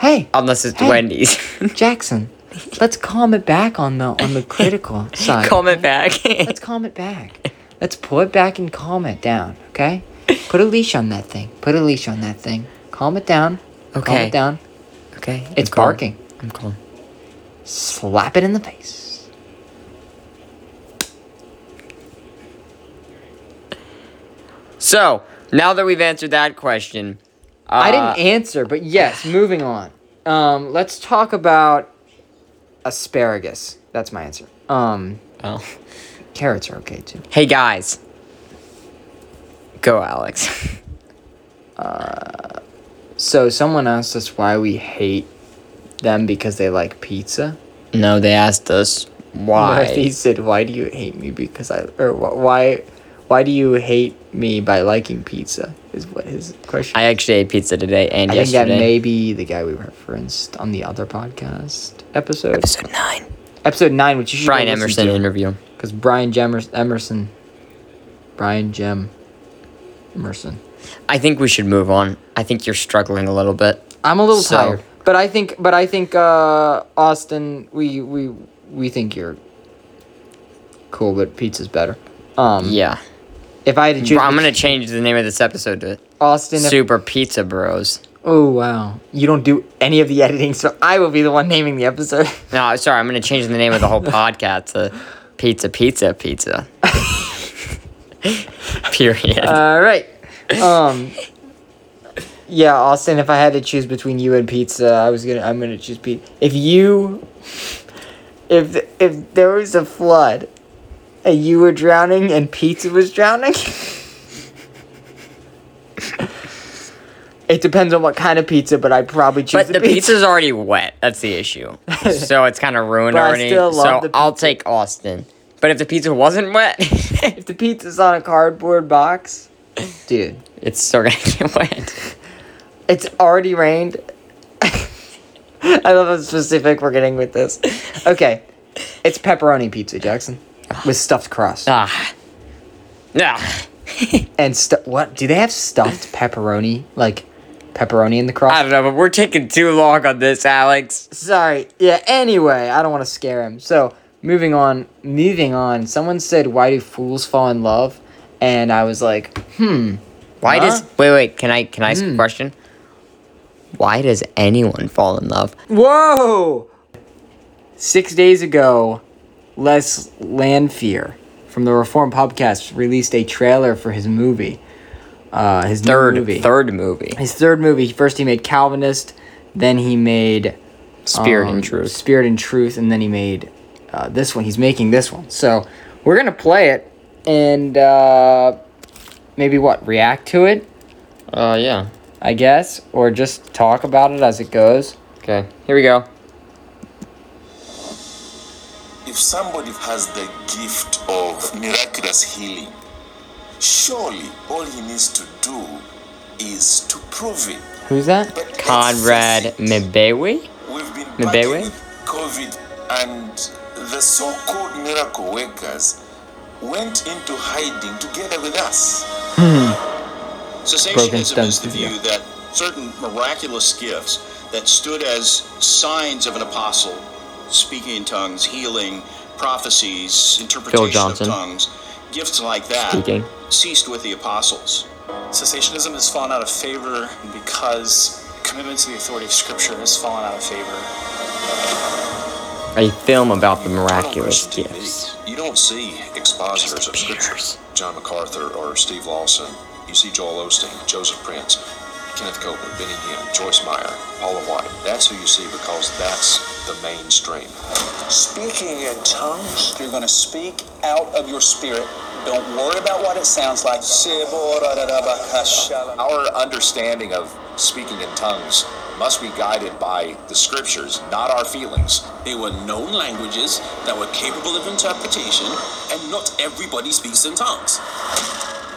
[SPEAKER 1] Hey,
[SPEAKER 2] unless it's
[SPEAKER 1] Hey.
[SPEAKER 2] Wendy's.
[SPEAKER 1] Jackson. Let's calm it back on the on the critical side.
[SPEAKER 2] Comment back.
[SPEAKER 1] Let's calm it back. Let's pull it back and calm it down. Okay. Put a leash on that thing. Put a leash on that thing. Calm it down. Calm
[SPEAKER 2] Okay.
[SPEAKER 1] it down.
[SPEAKER 2] okay,
[SPEAKER 1] It's
[SPEAKER 2] I'm calm.
[SPEAKER 1] barking.
[SPEAKER 2] I'm calm.
[SPEAKER 1] Slap it in the face.
[SPEAKER 2] So now that we've answered that question, uh,
[SPEAKER 1] I didn't answer, but yes. Moving on. Um, let's talk about asparagus. That's my answer. Um,
[SPEAKER 2] Oh.
[SPEAKER 1] Carrots are okay too.
[SPEAKER 2] Hey guys, go Alex.
[SPEAKER 1] So someone asked us why we hate them because they like pizza?
[SPEAKER 2] No, they asked us
[SPEAKER 1] Or if
[SPEAKER 2] why.
[SPEAKER 1] they said, "Why do you hate me because I or wh- why why do you hate me by liking pizza?" Is what his question.
[SPEAKER 2] I actually ate pizza today and
[SPEAKER 1] I think that
[SPEAKER 2] yesterday.
[SPEAKER 1] may be the guy we referenced on the other podcast episode, episode,
[SPEAKER 2] Episode nine.
[SPEAKER 1] nine, which you should
[SPEAKER 2] Brian Emerson interview.
[SPEAKER 1] because Brian Jemmer- Emerson, Brian Jem, Emerson.
[SPEAKER 2] I think we should move on. I think you're struggling a little bit.
[SPEAKER 1] I'm a little
[SPEAKER 2] So-
[SPEAKER 1] tired, but I think, but I think, uh, Austin, we we we think you're cool, but pizza's better. Um,
[SPEAKER 2] Yeah.
[SPEAKER 1] If I had to choose,
[SPEAKER 2] Bro, I'm gonna
[SPEAKER 1] bet-
[SPEAKER 2] change the name of this episode to
[SPEAKER 1] Austin. if-
[SPEAKER 2] Super Pizza Bros.
[SPEAKER 1] oh wow, you don't do any of the editing, so I will be the one naming the episode.
[SPEAKER 2] No, sorry, I'm gonna change the name of the whole podcast to Pizza Pizza Pizza. Period.
[SPEAKER 1] All right. Um. Yeah, Austin. If I had to choose between you and pizza, I was gonna. I'm gonna choose pizza. If you, if if there was a flood, and you were drowning and pizza was drowning, it depends on what kind of pizza. But I'd probably choose
[SPEAKER 2] but the pizza's already wet. That's the issue. So it's kind of ruined
[SPEAKER 1] But I
[SPEAKER 2] already.
[SPEAKER 1] still love
[SPEAKER 2] so
[SPEAKER 1] the
[SPEAKER 2] I'll
[SPEAKER 1] pizza.
[SPEAKER 2] take Austin. But if the pizza wasn't wet,
[SPEAKER 1] If the pizza's on a cardboard box, dude,
[SPEAKER 2] it's still gonna get wet.
[SPEAKER 1] It's already rained. I love how specific we're getting with this. Okay. It's pepperoni pizza, Jackson. With stuffed crust.
[SPEAKER 2] Ah. Ah.
[SPEAKER 1] And stu- what? Do they have stuffed pepperoni? Like pepperoni in the crust?
[SPEAKER 2] I don't know, but we're taking too long on this, Alex.
[SPEAKER 1] Sorry. Yeah, anyway, I don't want to scare him. So, moving on, moving on. Someone said, "Why do fools fall in love?" And I was like, "Hmm,
[SPEAKER 2] Why
[SPEAKER 1] Huh? Hmm.
[SPEAKER 2] does wait wait? Can I can I ask a question? Why does anyone fall in love?
[SPEAKER 1] Whoa! Six days ago, Les Lanfear from the Reform Podcast released a trailer for his movie. Uh, his new
[SPEAKER 2] Third
[SPEAKER 1] movie.
[SPEAKER 2] third movie,
[SPEAKER 1] His third movie. First, he made Calvinist, then he made
[SPEAKER 2] Spirit
[SPEAKER 1] um,
[SPEAKER 2] and Truth.
[SPEAKER 1] Spirit and Truth, and then he made uh, this one. He's making this one. So we're gonna play it and uh, maybe what react to it,
[SPEAKER 2] Uh yeah.
[SPEAKER 1] I guess, or just talk about it as it goes.
[SPEAKER 2] Okay, here we go.
[SPEAKER 5] If somebody has the gift of miraculous healing, surely all he needs to do is to prove it.
[SPEAKER 1] Who's that?
[SPEAKER 5] But let's
[SPEAKER 2] Conrad
[SPEAKER 5] face it,
[SPEAKER 2] Mbewe.
[SPEAKER 5] We've been
[SPEAKER 2] Mbewe?
[SPEAKER 5] battling with COVID, and the so-called miracle workers went into hiding together with us.
[SPEAKER 1] Broken
[SPEAKER 6] Cessationism
[SPEAKER 1] Stone
[SPEAKER 6] is the
[SPEAKER 1] Studio.
[SPEAKER 6] view that certain miraculous gifts that stood as signs of an apostle, speaking in tongues, healing, prophecies, interpretation of
[SPEAKER 2] Johnson.
[SPEAKER 6] tongues, gifts like that
[SPEAKER 2] Speaking.
[SPEAKER 6] ceased with the apostles.
[SPEAKER 7] Cessationism has fallen out of favor because commitment to the authority of Scripture has fallen out of favor.
[SPEAKER 2] A film about the miraculous
[SPEAKER 5] Turn on verse
[SPEAKER 2] gifts.
[SPEAKER 5] 2. You don't see expositors of scripture, John MacArthur or Steve Lawson. You see Joel Osteen, Joseph Prince, Kenneth Copeland, Benny Hinn, Joyce Meyer, Paula White. That's who you see because that's the mainstream.
[SPEAKER 7] Speaking in tongues, you're going to speak out of your spirit. Don't worry about what it sounds like.
[SPEAKER 5] Our understanding of speaking in tongues must be guided by the scriptures, not our feelings.
[SPEAKER 8] They were known languages that were capable of interpretation, and not everybody speaks in tongues.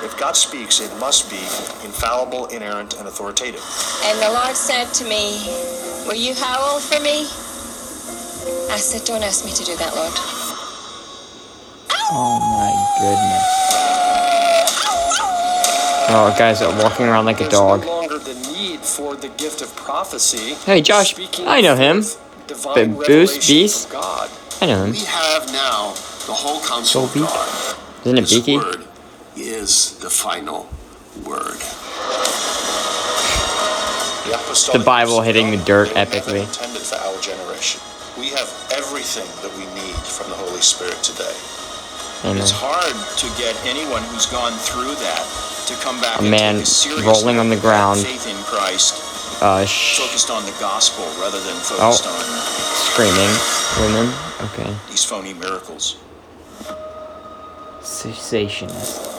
[SPEAKER 5] If God speaks, it must be infallible, inerrant, and authoritative.
[SPEAKER 9] And the Lord said to me, Will you howl for me? I said, Don't ask me to do that, Lord.
[SPEAKER 1] Oh my goodness.
[SPEAKER 2] Oh, guys are walking around like a
[SPEAKER 7] There's
[SPEAKER 2] dog.
[SPEAKER 7] no longer the need for the gift of prophecy.
[SPEAKER 2] Hey, Josh,
[SPEAKER 7] Speaking
[SPEAKER 2] I know him.
[SPEAKER 7] forth
[SPEAKER 2] Been
[SPEAKER 7] Divine
[SPEAKER 2] Boost
[SPEAKER 7] revelation
[SPEAKER 2] Beast.
[SPEAKER 7] Of God.
[SPEAKER 2] I know him.
[SPEAKER 5] We have now the whole counsel of
[SPEAKER 2] Sophie?
[SPEAKER 5] God.
[SPEAKER 2] Isn't it
[SPEAKER 5] His
[SPEAKER 2] Beaky?
[SPEAKER 5] word is the final word. The, apostolic
[SPEAKER 2] The Bible hitting the dirt
[SPEAKER 5] they were never
[SPEAKER 2] epically.
[SPEAKER 5] Intended for our generation. We have everything that we need from the Holy Spirit today.
[SPEAKER 2] Amen.
[SPEAKER 6] It's hard to get anyone who's gone through that to come back
[SPEAKER 2] A
[SPEAKER 6] and
[SPEAKER 2] man
[SPEAKER 6] take a serious
[SPEAKER 2] rolling on the ground.
[SPEAKER 6] faith in Christ,
[SPEAKER 2] Uh, sh-
[SPEAKER 6] focused on the gospel rather than focused
[SPEAKER 2] Oh. screaming. Women. Okay.
[SPEAKER 6] on these phony miracles.
[SPEAKER 1] cessationist.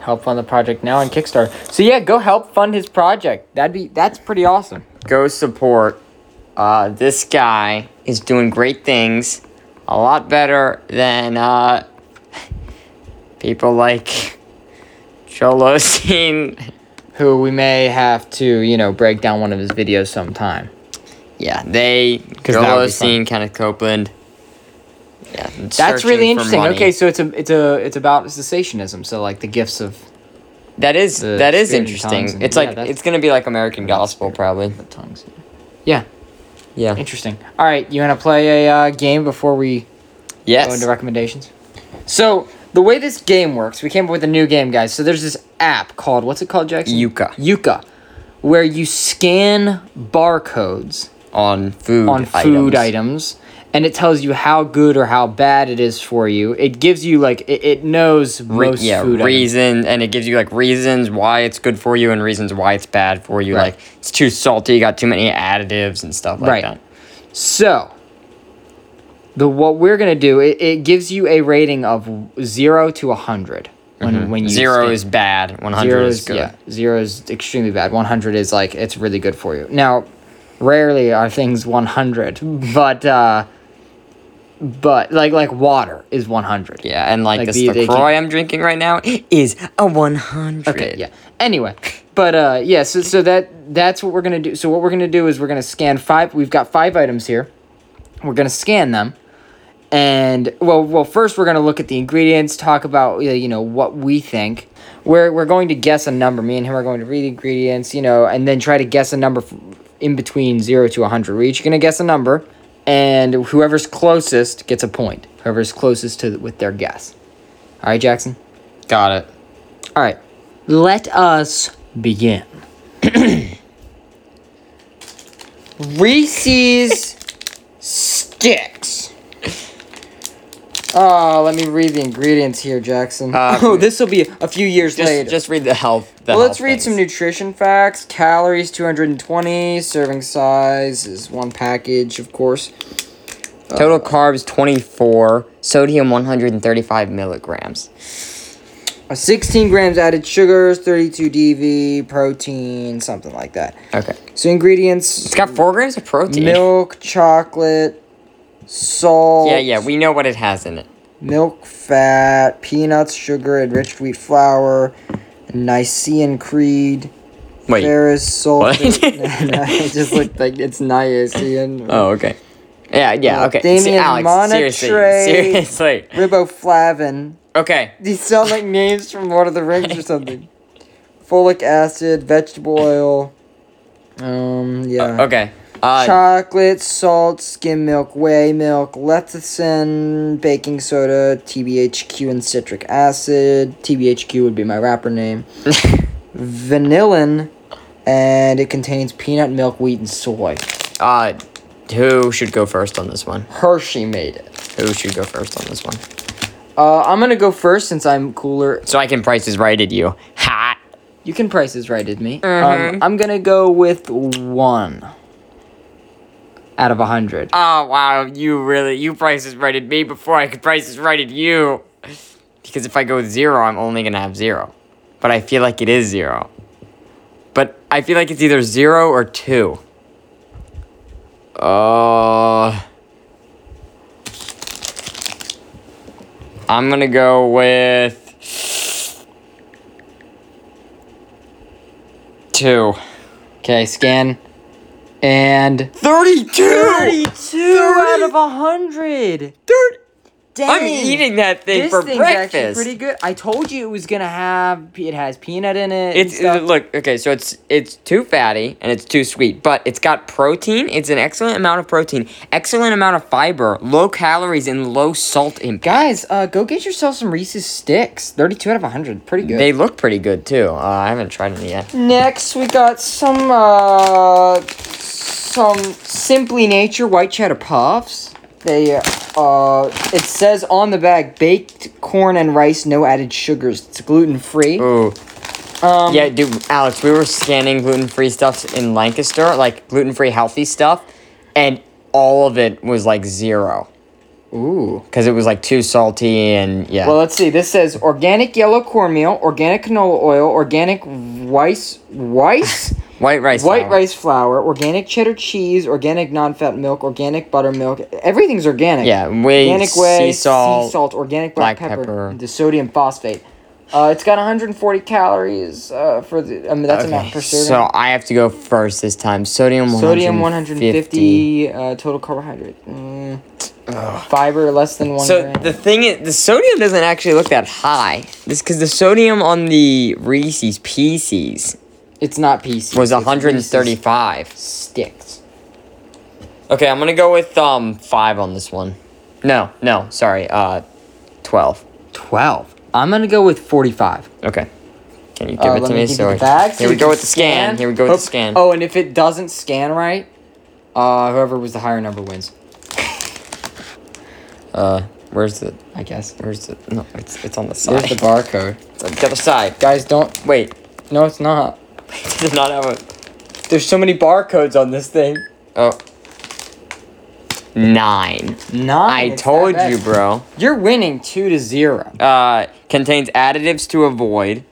[SPEAKER 1] Help fund the project now on Kickstarter. So yeah, go help fund his project. That'd be that's pretty awesome.
[SPEAKER 2] Go support. Uh, this guy is doing great things, a lot better than uh, people like Joel Osteen.
[SPEAKER 1] Who we may have to, you know, break down one of his videos sometime.
[SPEAKER 2] Yeah, they Joel
[SPEAKER 1] that would be fun.
[SPEAKER 2] Osteen, Kenneth Copeland. Yeah,
[SPEAKER 1] That's
[SPEAKER 2] searching for
[SPEAKER 1] really interesting.
[SPEAKER 2] money.
[SPEAKER 1] Okay, so it's a it's a it's about cessationism. So like the gifts of
[SPEAKER 2] that is
[SPEAKER 1] the
[SPEAKER 2] that is
[SPEAKER 1] spirit and
[SPEAKER 2] interesting.
[SPEAKER 1] tongues and-
[SPEAKER 2] it's
[SPEAKER 1] yeah,
[SPEAKER 2] like
[SPEAKER 1] that's-
[SPEAKER 2] it's gonna be like American gospel, probably.
[SPEAKER 1] the tongues. Yeah,
[SPEAKER 2] Yeah.
[SPEAKER 1] interesting. All right, you want to play a uh, game before we
[SPEAKER 2] Yes.
[SPEAKER 1] go into recommendations? So the way this game works, we came up with a new game, guys. So there's this app called what's it called, Jackson?
[SPEAKER 2] Yuka.
[SPEAKER 1] Yuka, where you scan barcodes
[SPEAKER 2] on food
[SPEAKER 1] on food items. and it tells you how good or how bad it is for you. It gives you like it, it knows
[SPEAKER 2] Re-
[SPEAKER 1] most
[SPEAKER 2] yeah,
[SPEAKER 1] food items.
[SPEAKER 2] reason, and it gives you like reasons why it's good for you and reasons why it's bad for you.
[SPEAKER 1] Right.
[SPEAKER 2] Like it's too salty, you got too many additives and stuff like
[SPEAKER 1] Right.
[SPEAKER 2] that.
[SPEAKER 1] So, the what we're gonna do it, it gives you a rating of zero to a 100 when when you
[SPEAKER 2] Mm-hmm. Zero
[SPEAKER 1] scan.
[SPEAKER 2] is bad, one
[SPEAKER 1] zero
[SPEAKER 2] hundred is good.
[SPEAKER 1] yeah zero is extremely bad. One hundred is like it's really good for you. Now, rarely are things one hundred, but uh, but like like water is one hundred.
[SPEAKER 2] Yeah, and like,
[SPEAKER 1] Like,
[SPEAKER 2] this
[SPEAKER 1] the- they
[SPEAKER 2] LaCroix I'm drinking right now is a 100.
[SPEAKER 1] Okay, yeah. Anyway, but uh yeah, so so that that's what we're gonna do. So what we're gonna do is we're gonna scan five. We've got five items here. We're gonna scan them, and well, well, first we're gonna look at the ingredients, talk about uh, you know what we think. We're we're going to guess a number. Me and him are going to read the ingredients, you know, and then try to guess a number f- in between zero to hundred. We're each gonna guess a number, and whoever's closest gets a point. Whoever's closest to with their guess. All right, Jackson.
[SPEAKER 2] Got it.
[SPEAKER 1] All right, let us begin. Reese's sticks. Oh, let me read the ingredients here, Jackson.
[SPEAKER 2] Uh,
[SPEAKER 1] oh, this will be a few years later.
[SPEAKER 2] Just, just read the health. The
[SPEAKER 1] well, let's
[SPEAKER 2] health
[SPEAKER 1] read some
[SPEAKER 2] things.
[SPEAKER 1] nutrition facts. Calories 220. Serving size is one package, of course.
[SPEAKER 2] Total carbs 24, sodium 135 milligrams.
[SPEAKER 1] Uh, 16 grams added sugars, 32 DV, protein, something like that.
[SPEAKER 2] Okay.
[SPEAKER 1] So ingredients.
[SPEAKER 2] Uh, It's got 4 grams of protein.
[SPEAKER 1] milk, chocolate, salt.
[SPEAKER 2] Yeah, yeah, we know what it has in it.
[SPEAKER 1] milk, fat, peanuts, sugar, enriched wheat flour, Nicene creed,
[SPEAKER 2] Wait.
[SPEAKER 1] ferrous
[SPEAKER 2] what?
[SPEAKER 1] sulfate. it just looked like it's Nicene.
[SPEAKER 2] Oh, okay. Yeah, yeah,
[SPEAKER 1] Uh,
[SPEAKER 2] okay.
[SPEAKER 1] Damien Monatrey.
[SPEAKER 2] seriously, seriously.
[SPEAKER 1] Riboflavin.
[SPEAKER 2] Okay.
[SPEAKER 1] These sound like names from Lord of the Rings or something. Folic acid, vegetable oil. Um. Yeah.
[SPEAKER 2] Okay. Uh,
[SPEAKER 1] chocolate, salt, skim milk, whey milk, lecithin, baking soda, TBHQ, and citric acid. TBHQ would be my rapper name. Vanillin, and it contains peanut milk, wheat, and soy.
[SPEAKER 2] uh, who should go first on this one?
[SPEAKER 1] Hershey made it.
[SPEAKER 2] Who should go first on this one?
[SPEAKER 1] Uh, I'm gonna go first since I'm cooler.
[SPEAKER 2] So I can price is right at you. Ha!
[SPEAKER 1] You can price is right at me.
[SPEAKER 2] Mm-hmm.
[SPEAKER 1] Um, I'm gonna go with one out of a hundred.
[SPEAKER 2] Oh wow, you really you price is right at me before I could price is right at you. Because if I go with zero, I'm only gonna have zero. But I feel like it is zero. But I feel like it's either zero or two. Uh I'm gonna go with two.
[SPEAKER 1] Okay, scan. And
[SPEAKER 2] Thirty-two!
[SPEAKER 1] 32 out of 100. Dang.
[SPEAKER 2] I'm eating that thing
[SPEAKER 1] this
[SPEAKER 2] for
[SPEAKER 1] thing's actually
[SPEAKER 2] breakfast.
[SPEAKER 1] pretty good. I told you it was gonna have. It has peanut in it.
[SPEAKER 2] It's
[SPEAKER 1] and stuff.
[SPEAKER 2] it- look okay. So it's it's too fatty and it's too sweet, but it's got protein. It's an excellent amount of protein, excellent amount of fiber, low calories, and low salt impact.
[SPEAKER 1] guys. Uh, go get yourself some Reese's sticks. 32 out of 100. Pretty good.
[SPEAKER 2] They look pretty good too. Uh, I haven't tried them
[SPEAKER 1] Mm.
[SPEAKER 2] yet.
[SPEAKER 1] Next, we got some uh, some Simply Nature white cheddar puffs. They uh, it says on the bag baked corn and rice, no added sugars. It's gluten free.
[SPEAKER 2] Ooh,
[SPEAKER 1] Um,
[SPEAKER 2] yeah, dude, Alex, we were scanning gluten free stuff in Lancaster, like gluten free healthy stuff, and all of it was like zero.
[SPEAKER 1] Ooh.
[SPEAKER 2] because it was like too salty and yeah.
[SPEAKER 1] Well, let's see. This says organic yellow cornmeal, organic canola oil, organic rice, rice,
[SPEAKER 2] white rice.
[SPEAKER 1] white
[SPEAKER 2] flour.
[SPEAKER 1] rice flour, organic cheddar cheese, organic non-fat milk, organic buttermilk. Everything's organic.
[SPEAKER 2] Yeah, whey,
[SPEAKER 1] organic
[SPEAKER 2] sea
[SPEAKER 1] whey,
[SPEAKER 2] salt,
[SPEAKER 1] sea salt, organic black,
[SPEAKER 2] black
[SPEAKER 1] pepper,
[SPEAKER 2] pepper.
[SPEAKER 1] and the sodium phosphate. Uh, it's got 140 calories uh, for the. I mean, that's amount per serving.
[SPEAKER 2] so I have to go first this time. Sodium.
[SPEAKER 1] Sodium
[SPEAKER 2] 150.
[SPEAKER 1] 150, uh, total carbohydrate. Mm. Fiber less than one.
[SPEAKER 2] So
[SPEAKER 1] gram.
[SPEAKER 2] the thing is, the sodium doesn't actually look that high. This because the sodium on the Reese's Pieces
[SPEAKER 1] it's not pieces.
[SPEAKER 2] was
[SPEAKER 1] it's
[SPEAKER 2] 135.
[SPEAKER 1] Reese's sticks.
[SPEAKER 2] Okay, I'm gonna go with um five on this one. No, no, sorry, uh, twelve.
[SPEAKER 1] 12. I'm going to go with 45.
[SPEAKER 2] Okay. Can you give
[SPEAKER 1] Uh,
[SPEAKER 2] it
[SPEAKER 1] let me
[SPEAKER 2] to me?
[SPEAKER 1] give you
[SPEAKER 2] so
[SPEAKER 1] the bag so
[SPEAKER 2] here we
[SPEAKER 1] you
[SPEAKER 2] go
[SPEAKER 1] can
[SPEAKER 2] with the scan. Here we go with the scan.
[SPEAKER 1] Oh, and if it doesn't scan right, uh, whoever was the higher number wins,
[SPEAKER 2] Uh, where's the?
[SPEAKER 1] I guess.
[SPEAKER 2] Where's the? No, it's it's on the side.
[SPEAKER 1] There's the barcode.
[SPEAKER 2] It's on the other side.
[SPEAKER 1] Guys, don't.
[SPEAKER 2] Wait,
[SPEAKER 1] No, it's not.
[SPEAKER 2] it does not have a.
[SPEAKER 1] There's so many barcodes on this thing.
[SPEAKER 2] Oh. Nine.
[SPEAKER 1] Nine.
[SPEAKER 2] I
[SPEAKER 1] it's that
[SPEAKER 2] told
[SPEAKER 1] bad.
[SPEAKER 2] you, bro.
[SPEAKER 1] You're winning 2 to 0.
[SPEAKER 2] Uh, contains additives to avoid,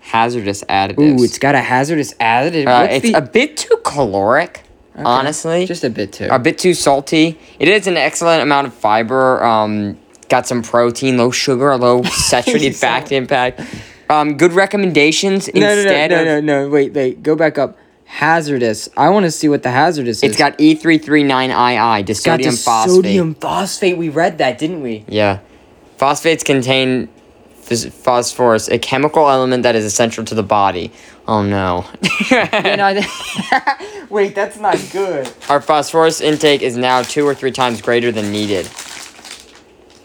[SPEAKER 2] hazardous additives.
[SPEAKER 1] Ooh, it's got a hazardous additive.
[SPEAKER 2] Uh,
[SPEAKER 1] What's
[SPEAKER 2] it's
[SPEAKER 1] the-
[SPEAKER 2] a bit too caloric, honestly.
[SPEAKER 1] Just a bit too.
[SPEAKER 2] a bit too salty. It is an excellent amount of fiber. Um, got some protein, low sugar, low saturated fat impact. Um, good recommendations
[SPEAKER 1] no, no, no,
[SPEAKER 2] instead
[SPEAKER 1] no,
[SPEAKER 2] of.
[SPEAKER 1] no, no. Wait, wait. Go back up. Hazardous. I want to see what the hazardous is.
[SPEAKER 2] It's got E E339II, disodium
[SPEAKER 1] Got the
[SPEAKER 2] phosphate.
[SPEAKER 1] Sodium phosphate. We read that, didn't we?
[SPEAKER 2] Yeah. Phosphates contain phys- phosphorus, a chemical element that is essential to the body. Oh no.
[SPEAKER 1] And I- Wait, that's not good.
[SPEAKER 2] Our phosphorus intake is now two or three times greater than needed.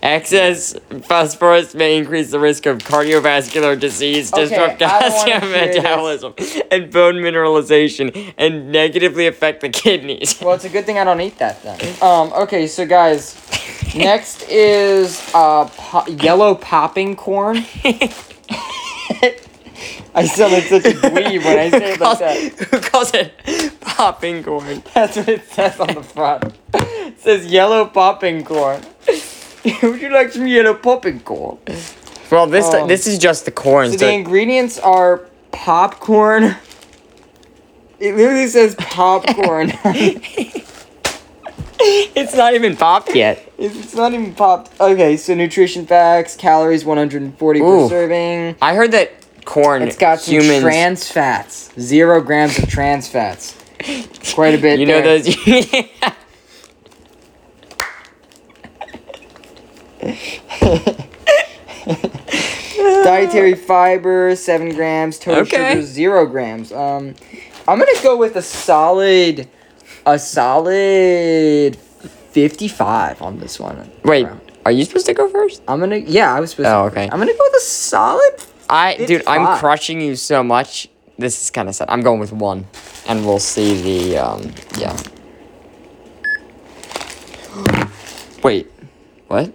[SPEAKER 2] Excess phosphorus may increase the risk of cardiovascular disease,
[SPEAKER 1] Okay,
[SPEAKER 2] disrupt
[SPEAKER 1] I don't wanna
[SPEAKER 2] calcium
[SPEAKER 1] hear this.
[SPEAKER 2] metabolism, and bone mineralization, and negatively affect the kidneys.
[SPEAKER 1] Well, it's a good thing I don't eat that then. Um. Okay, so guys, next is uh po- yellow popping corn. I sound like such a dweeb when I say it like
[SPEAKER 2] Calls-
[SPEAKER 1] that.
[SPEAKER 2] Who calls it popping corn?
[SPEAKER 1] That's what it says on the front. It says yellow popping corn. Would you like some yellow popping corn?
[SPEAKER 2] Well, this
[SPEAKER 1] Um,
[SPEAKER 2] this is just the corn.
[SPEAKER 1] So
[SPEAKER 2] Oh. So
[SPEAKER 1] the ingredients are popcorn. It literally says popcorn.
[SPEAKER 2] it's not even popped yet.
[SPEAKER 1] It's not even popped. Okay, so nutrition facts: calories 140 per
[SPEAKER 2] Ooh.
[SPEAKER 1] serving.
[SPEAKER 2] I heard that corn.
[SPEAKER 1] It's got some
[SPEAKER 2] humans.
[SPEAKER 1] trans fats. Zero grams of trans fats. Quite a bit.
[SPEAKER 2] you know
[SPEAKER 1] there.
[SPEAKER 2] those. yeah.
[SPEAKER 1] dietary fiber seven grams. Total
[SPEAKER 2] Okay.
[SPEAKER 1] sugar zero grams. Um, I'm gonna go with a solid, a solid 55 on this one.
[SPEAKER 2] Wait, are you supposed to go first?
[SPEAKER 1] I'm gonna. Yeah, I was supposed.
[SPEAKER 2] Oh,
[SPEAKER 1] to,
[SPEAKER 2] okay.
[SPEAKER 1] I'm gonna go with a solid.
[SPEAKER 2] I, dude, I'm
[SPEAKER 1] 55.
[SPEAKER 2] crushing you so much. This is kind of sad. I'm going with one, and we'll see the um, yeah. Wait, what?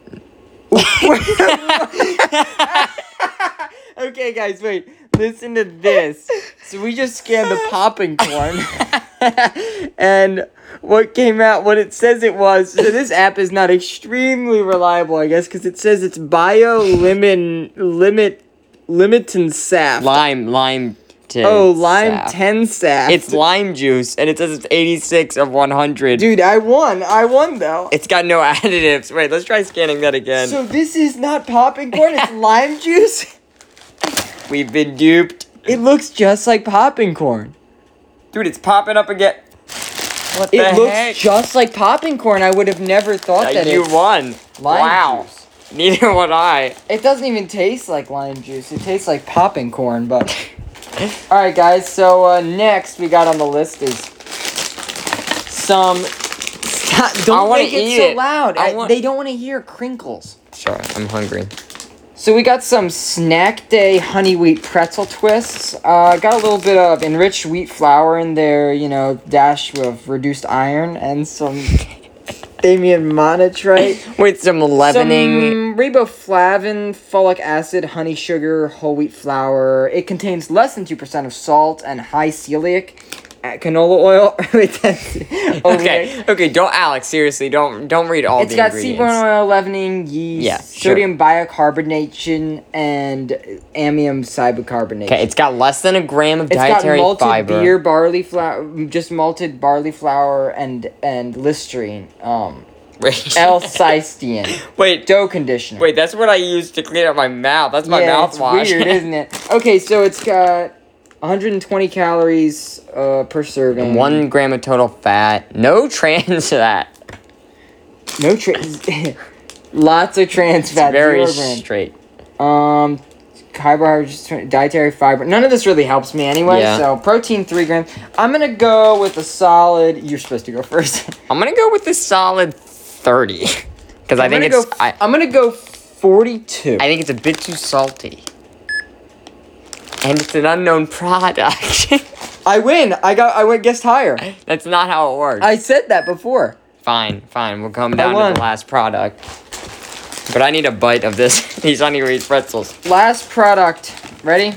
[SPEAKER 1] Okay, guys, wait. Listen to this. So we just scanned the popping corn. and what came out, what it says it was. So this app is not extremely reliable, I guess, because it says it's bio lemon limit limitin sap.
[SPEAKER 2] Lime, lime. T-
[SPEAKER 1] oh, lime
[SPEAKER 2] sap.
[SPEAKER 1] ten sap.
[SPEAKER 2] It's lime juice, and it says it's 86 of 100.
[SPEAKER 1] dude. I won. I won though.
[SPEAKER 2] It's got no additives. Wait, let's try scanning that again.
[SPEAKER 1] so this is not popping corn. It's lime juice.
[SPEAKER 2] We've been duped.
[SPEAKER 1] It looks just like popping corn.
[SPEAKER 2] Dude, it's popping up again. What
[SPEAKER 1] It
[SPEAKER 2] the
[SPEAKER 1] looks
[SPEAKER 2] heck?
[SPEAKER 1] just like popping corn. I would have never thought
[SPEAKER 2] Uh,
[SPEAKER 1] that
[SPEAKER 2] you
[SPEAKER 1] it's
[SPEAKER 2] won.
[SPEAKER 1] lime
[SPEAKER 2] wow.
[SPEAKER 1] juice.
[SPEAKER 2] Neither would I.
[SPEAKER 1] It doesn't even taste like lime juice. It tastes like popping corn, but. Alright, guys, so uh, next we got on the list is some. Stop,
[SPEAKER 2] I
[SPEAKER 1] don't
[SPEAKER 2] wanna
[SPEAKER 1] make it
[SPEAKER 2] eat
[SPEAKER 1] so
[SPEAKER 2] it.
[SPEAKER 1] loud.
[SPEAKER 2] I
[SPEAKER 1] I-
[SPEAKER 2] want-
[SPEAKER 1] they don't want to hear crinkles.
[SPEAKER 2] Sorry, I'm hungry.
[SPEAKER 1] So we got some snack day honey wheat pretzel twists. Uh, got a little bit of enriched wheat flour in there, you know, dash of reduced iron and some Damien monotrite.
[SPEAKER 2] With some leavening.
[SPEAKER 1] Some riboflavin, folic acid, honey sugar, whole wheat flour. It contains less than 2% of salt and high celiac uh, canola oil, really tested.
[SPEAKER 2] Okay, okay, don't Alex. Seriously, don't don't read all
[SPEAKER 1] It's
[SPEAKER 2] the
[SPEAKER 1] got
[SPEAKER 2] ingredients.
[SPEAKER 1] seaborne oil, leavening, yeast,
[SPEAKER 2] Yeah, sure.
[SPEAKER 1] sodium bicarbonation, and amium cybicarbonate.
[SPEAKER 2] Okay, it's got less than a gram of
[SPEAKER 1] It's
[SPEAKER 2] dietary
[SPEAKER 1] got malted
[SPEAKER 2] fiber.
[SPEAKER 1] beer, barley flour, just malted barley flour, and and listerine, um,
[SPEAKER 2] Wait.
[SPEAKER 1] L-cysteine,
[SPEAKER 2] Wait,
[SPEAKER 1] dough conditioner.
[SPEAKER 2] wait, that's what I use to clean up my mouth. That's my
[SPEAKER 1] yeah,
[SPEAKER 2] mouthwash.
[SPEAKER 1] It's weird, isn't it? Okay, so it's got 120 calories uh, per serving.
[SPEAKER 2] One gram of total fat. No trans fat.
[SPEAKER 1] no trans, lots of trans fat.
[SPEAKER 2] Very
[SPEAKER 1] zero grams.
[SPEAKER 2] straight.
[SPEAKER 1] Um, carbohydrates, tr- dietary fiber. None of this really helps me anyway.
[SPEAKER 2] Yeah.
[SPEAKER 1] So protein three grams. I'm gonna go with a solid. You're supposed to go first.
[SPEAKER 2] I'm gonna go with a solid thirty, because I
[SPEAKER 1] I'm
[SPEAKER 2] think
[SPEAKER 1] gonna
[SPEAKER 2] it's
[SPEAKER 1] go.
[SPEAKER 2] I,
[SPEAKER 1] am gonna go 42.
[SPEAKER 2] I think it's a bit too salty, and it's an unknown product.
[SPEAKER 1] I win. I got. I went guessed higher.
[SPEAKER 2] that's not how it works.
[SPEAKER 1] I said that before.
[SPEAKER 2] fine, fine. We'll come down to
[SPEAKER 1] won.
[SPEAKER 2] the last product. But I need a bite of this. These honey Ray's pretzels.
[SPEAKER 1] Last product. Ready?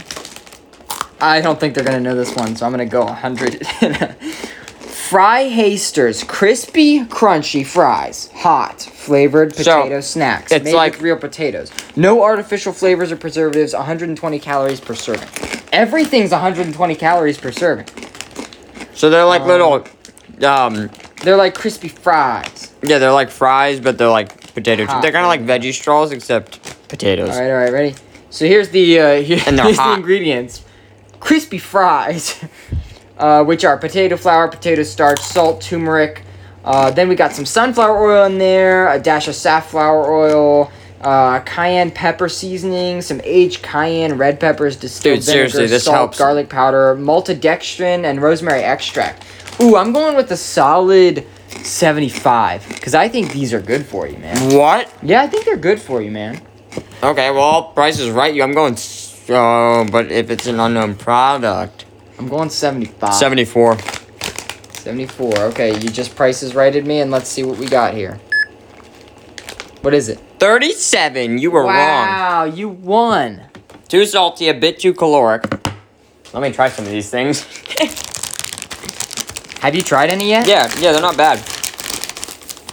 [SPEAKER 1] I don't think they're gonna know this one, so I'm gonna go 100. Fry Hasters crispy, crunchy fries, hot flavored potato snacks
[SPEAKER 2] it's
[SPEAKER 1] made
[SPEAKER 2] like-
[SPEAKER 1] with real potatoes. No artificial flavors or preservatives. 120 calories per serving. Everything's 120 calories per serving.
[SPEAKER 2] So they're like little, um,
[SPEAKER 1] They're like crispy fries.
[SPEAKER 2] yeah, they're like fries, but they're like potato.
[SPEAKER 1] Hot.
[SPEAKER 2] They're kind of like veggie straws except potatoes.
[SPEAKER 1] All right, all right, ready. So here's the uh, here-
[SPEAKER 2] And they're
[SPEAKER 1] here's
[SPEAKER 2] hot.
[SPEAKER 1] the ingredients: crispy fries, uh, which are potato flour, potato starch, salt, turmeric. Uh, then we got some sunflower oil in there, a dash of safflower oil, uh, cayenne pepper seasoning, some aged cayenne, red peppers, distilled
[SPEAKER 2] Dude,
[SPEAKER 1] vinegar,
[SPEAKER 2] seriously, this
[SPEAKER 1] salt,
[SPEAKER 2] helps.
[SPEAKER 1] garlic powder, maltodextrin, and rosemary extract. Ooh, I'm going with a solid 75 because I think these are good for you, man.
[SPEAKER 2] What?
[SPEAKER 1] Yeah, I think they're good for you, man.
[SPEAKER 2] Okay, well, Price is right. You, I'm going. So, but if it's an unknown product,
[SPEAKER 1] I'm going 75.
[SPEAKER 2] seventy-four.
[SPEAKER 1] 74. Okay, you just prices righted me, and let's see what we got here. What is it?
[SPEAKER 2] 37, you were wrong.
[SPEAKER 1] wow, you won.
[SPEAKER 2] Too salty, a bit too caloric. Let me try some of these things.
[SPEAKER 1] Have you tried any yet?
[SPEAKER 2] yeah, yeah, they're not bad.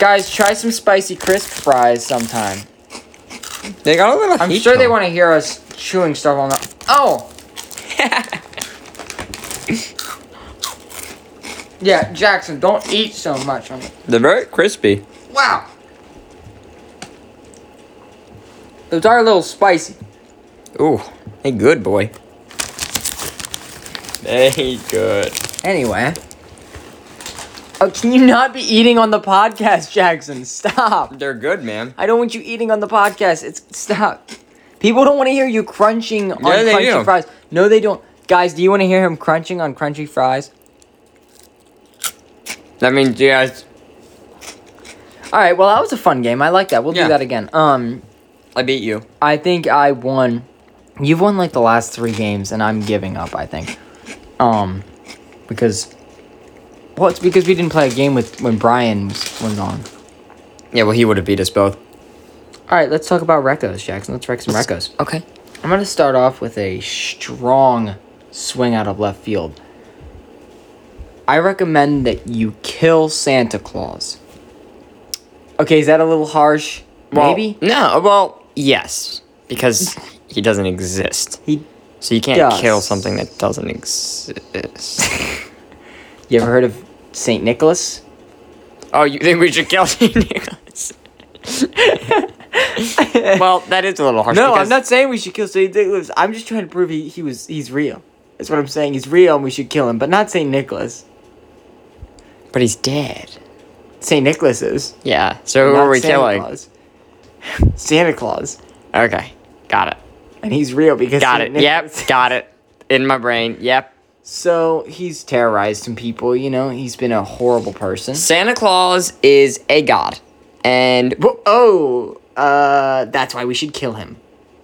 [SPEAKER 1] Guys, try some spicy crisp fries sometime.
[SPEAKER 2] They got a little
[SPEAKER 1] I'm
[SPEAKER 2] heat
[SPEAKER 1] sure
[SPEAKER 2] to
[SPEAKER 1] they
[SPEAKER 2] them.
[SPEAKER 1] want to hear us chewing stuff on the. Oh! yeah, Jackson, don't eat so much. I'm...
[SPEAKER 2] They're very crispy.
[SPEAKER 1] Wow! Those are a little spicy.
[SPEAKER 2] Ooh, they good, boy. They good.
[SPEAKER 1] Anyway. Oh, can you not be eating on the podcast, Jackson? Stop.
[SPEAKER 2] They're good, man.
[SPEAKER 1] I don't want you eating on the podcast. It's stop. People don't want to hear you crunching on
[SPEAKER 2] Yeah, they
[SPEAKER 1] crunchy
[SPEAKER 2] do.
[SPEAKER 1] fries. No, they don't. Guys, do you want to hear him crunching on crunchy fries?
[SPEAKER 2] That means you guys,
[SPEAKER 1] All right. Well, that was a fun game. I like that. We'll
[SPEAKER 2] Yeah.
[SPEAKER 1] do that again. Um,
[SPEAKER 2] I beat you.
[SPEAKER 1] I think I won. You've won like the last three games, and I'm giving up. I think. Um, because. Well, it's because we didn't play a game with when Brian was, was on.
[SPEAKER 2] Yeah, well, he would have beat us both.
[SPEAKER 1] All right, let's talk about recos, Jackson. Let's wreck some recos.
[SPEAKER 2] Okay.
[SPEAKER 1] I'm going to start off with a strong swing out of left field. I recommend that you kill Santa Claus. Okay, is that a little harsh?
[SPEAKER 2] Well,
[SPEAKER 1] Maybe.
[SPEAKER 2] No, well, yes. Because he doesn't exist.
[SPEAKER 1] He.
[SPEAKER 2] So you can't
[SPEAKER 1] Does.
[SPEAKER 2] kill something that doesn't exist.
[SPEAKER 1] You ever heard of Saint Nicholas?
[SPEAKER 2] Oh, you think we should kill St. Nicholas? well, that is a little harsh.
[SPEAKER 1] No,
[SPEAKER 2] because
[SPEAKER 1] I'm not saying we should kill Saint Nicholas. I'm just trying to prove he, he was he's real. That's what I'm saying. He's real, and we should kill him, but not Saint Nicholas.
[SPEAKER 2] But he's dead.
[SPEAKER 1] Saint Nicholas is.
[SPEAKER 2] Yeah. So who
[SPEAKER 1] not
[SPEAKER 2] are we
[SPEAKER 1] Santa
[SPEAKER 2] killing?
[SPEAKER 1] Claus. Santa Claus,
[SPEAKER 2] Okay, got it.
[SPEAKER 1] and he's real because
[SPEAKER 2] Got
[SPEAKER 1] Saint
[SPEAKER 2] it.
[SPEAKER 1] Nicholas-
[SPEAKER 2] Yep. Got it. In my brain. Yep.
[SPEAKER 1] So he's terrorized some people, you know, he's been a horrible person.
[SPEAKER 2] Santa Claus is a god, and
[SPEAKER 1] Whoa, oh, uh, that's why we should kill him.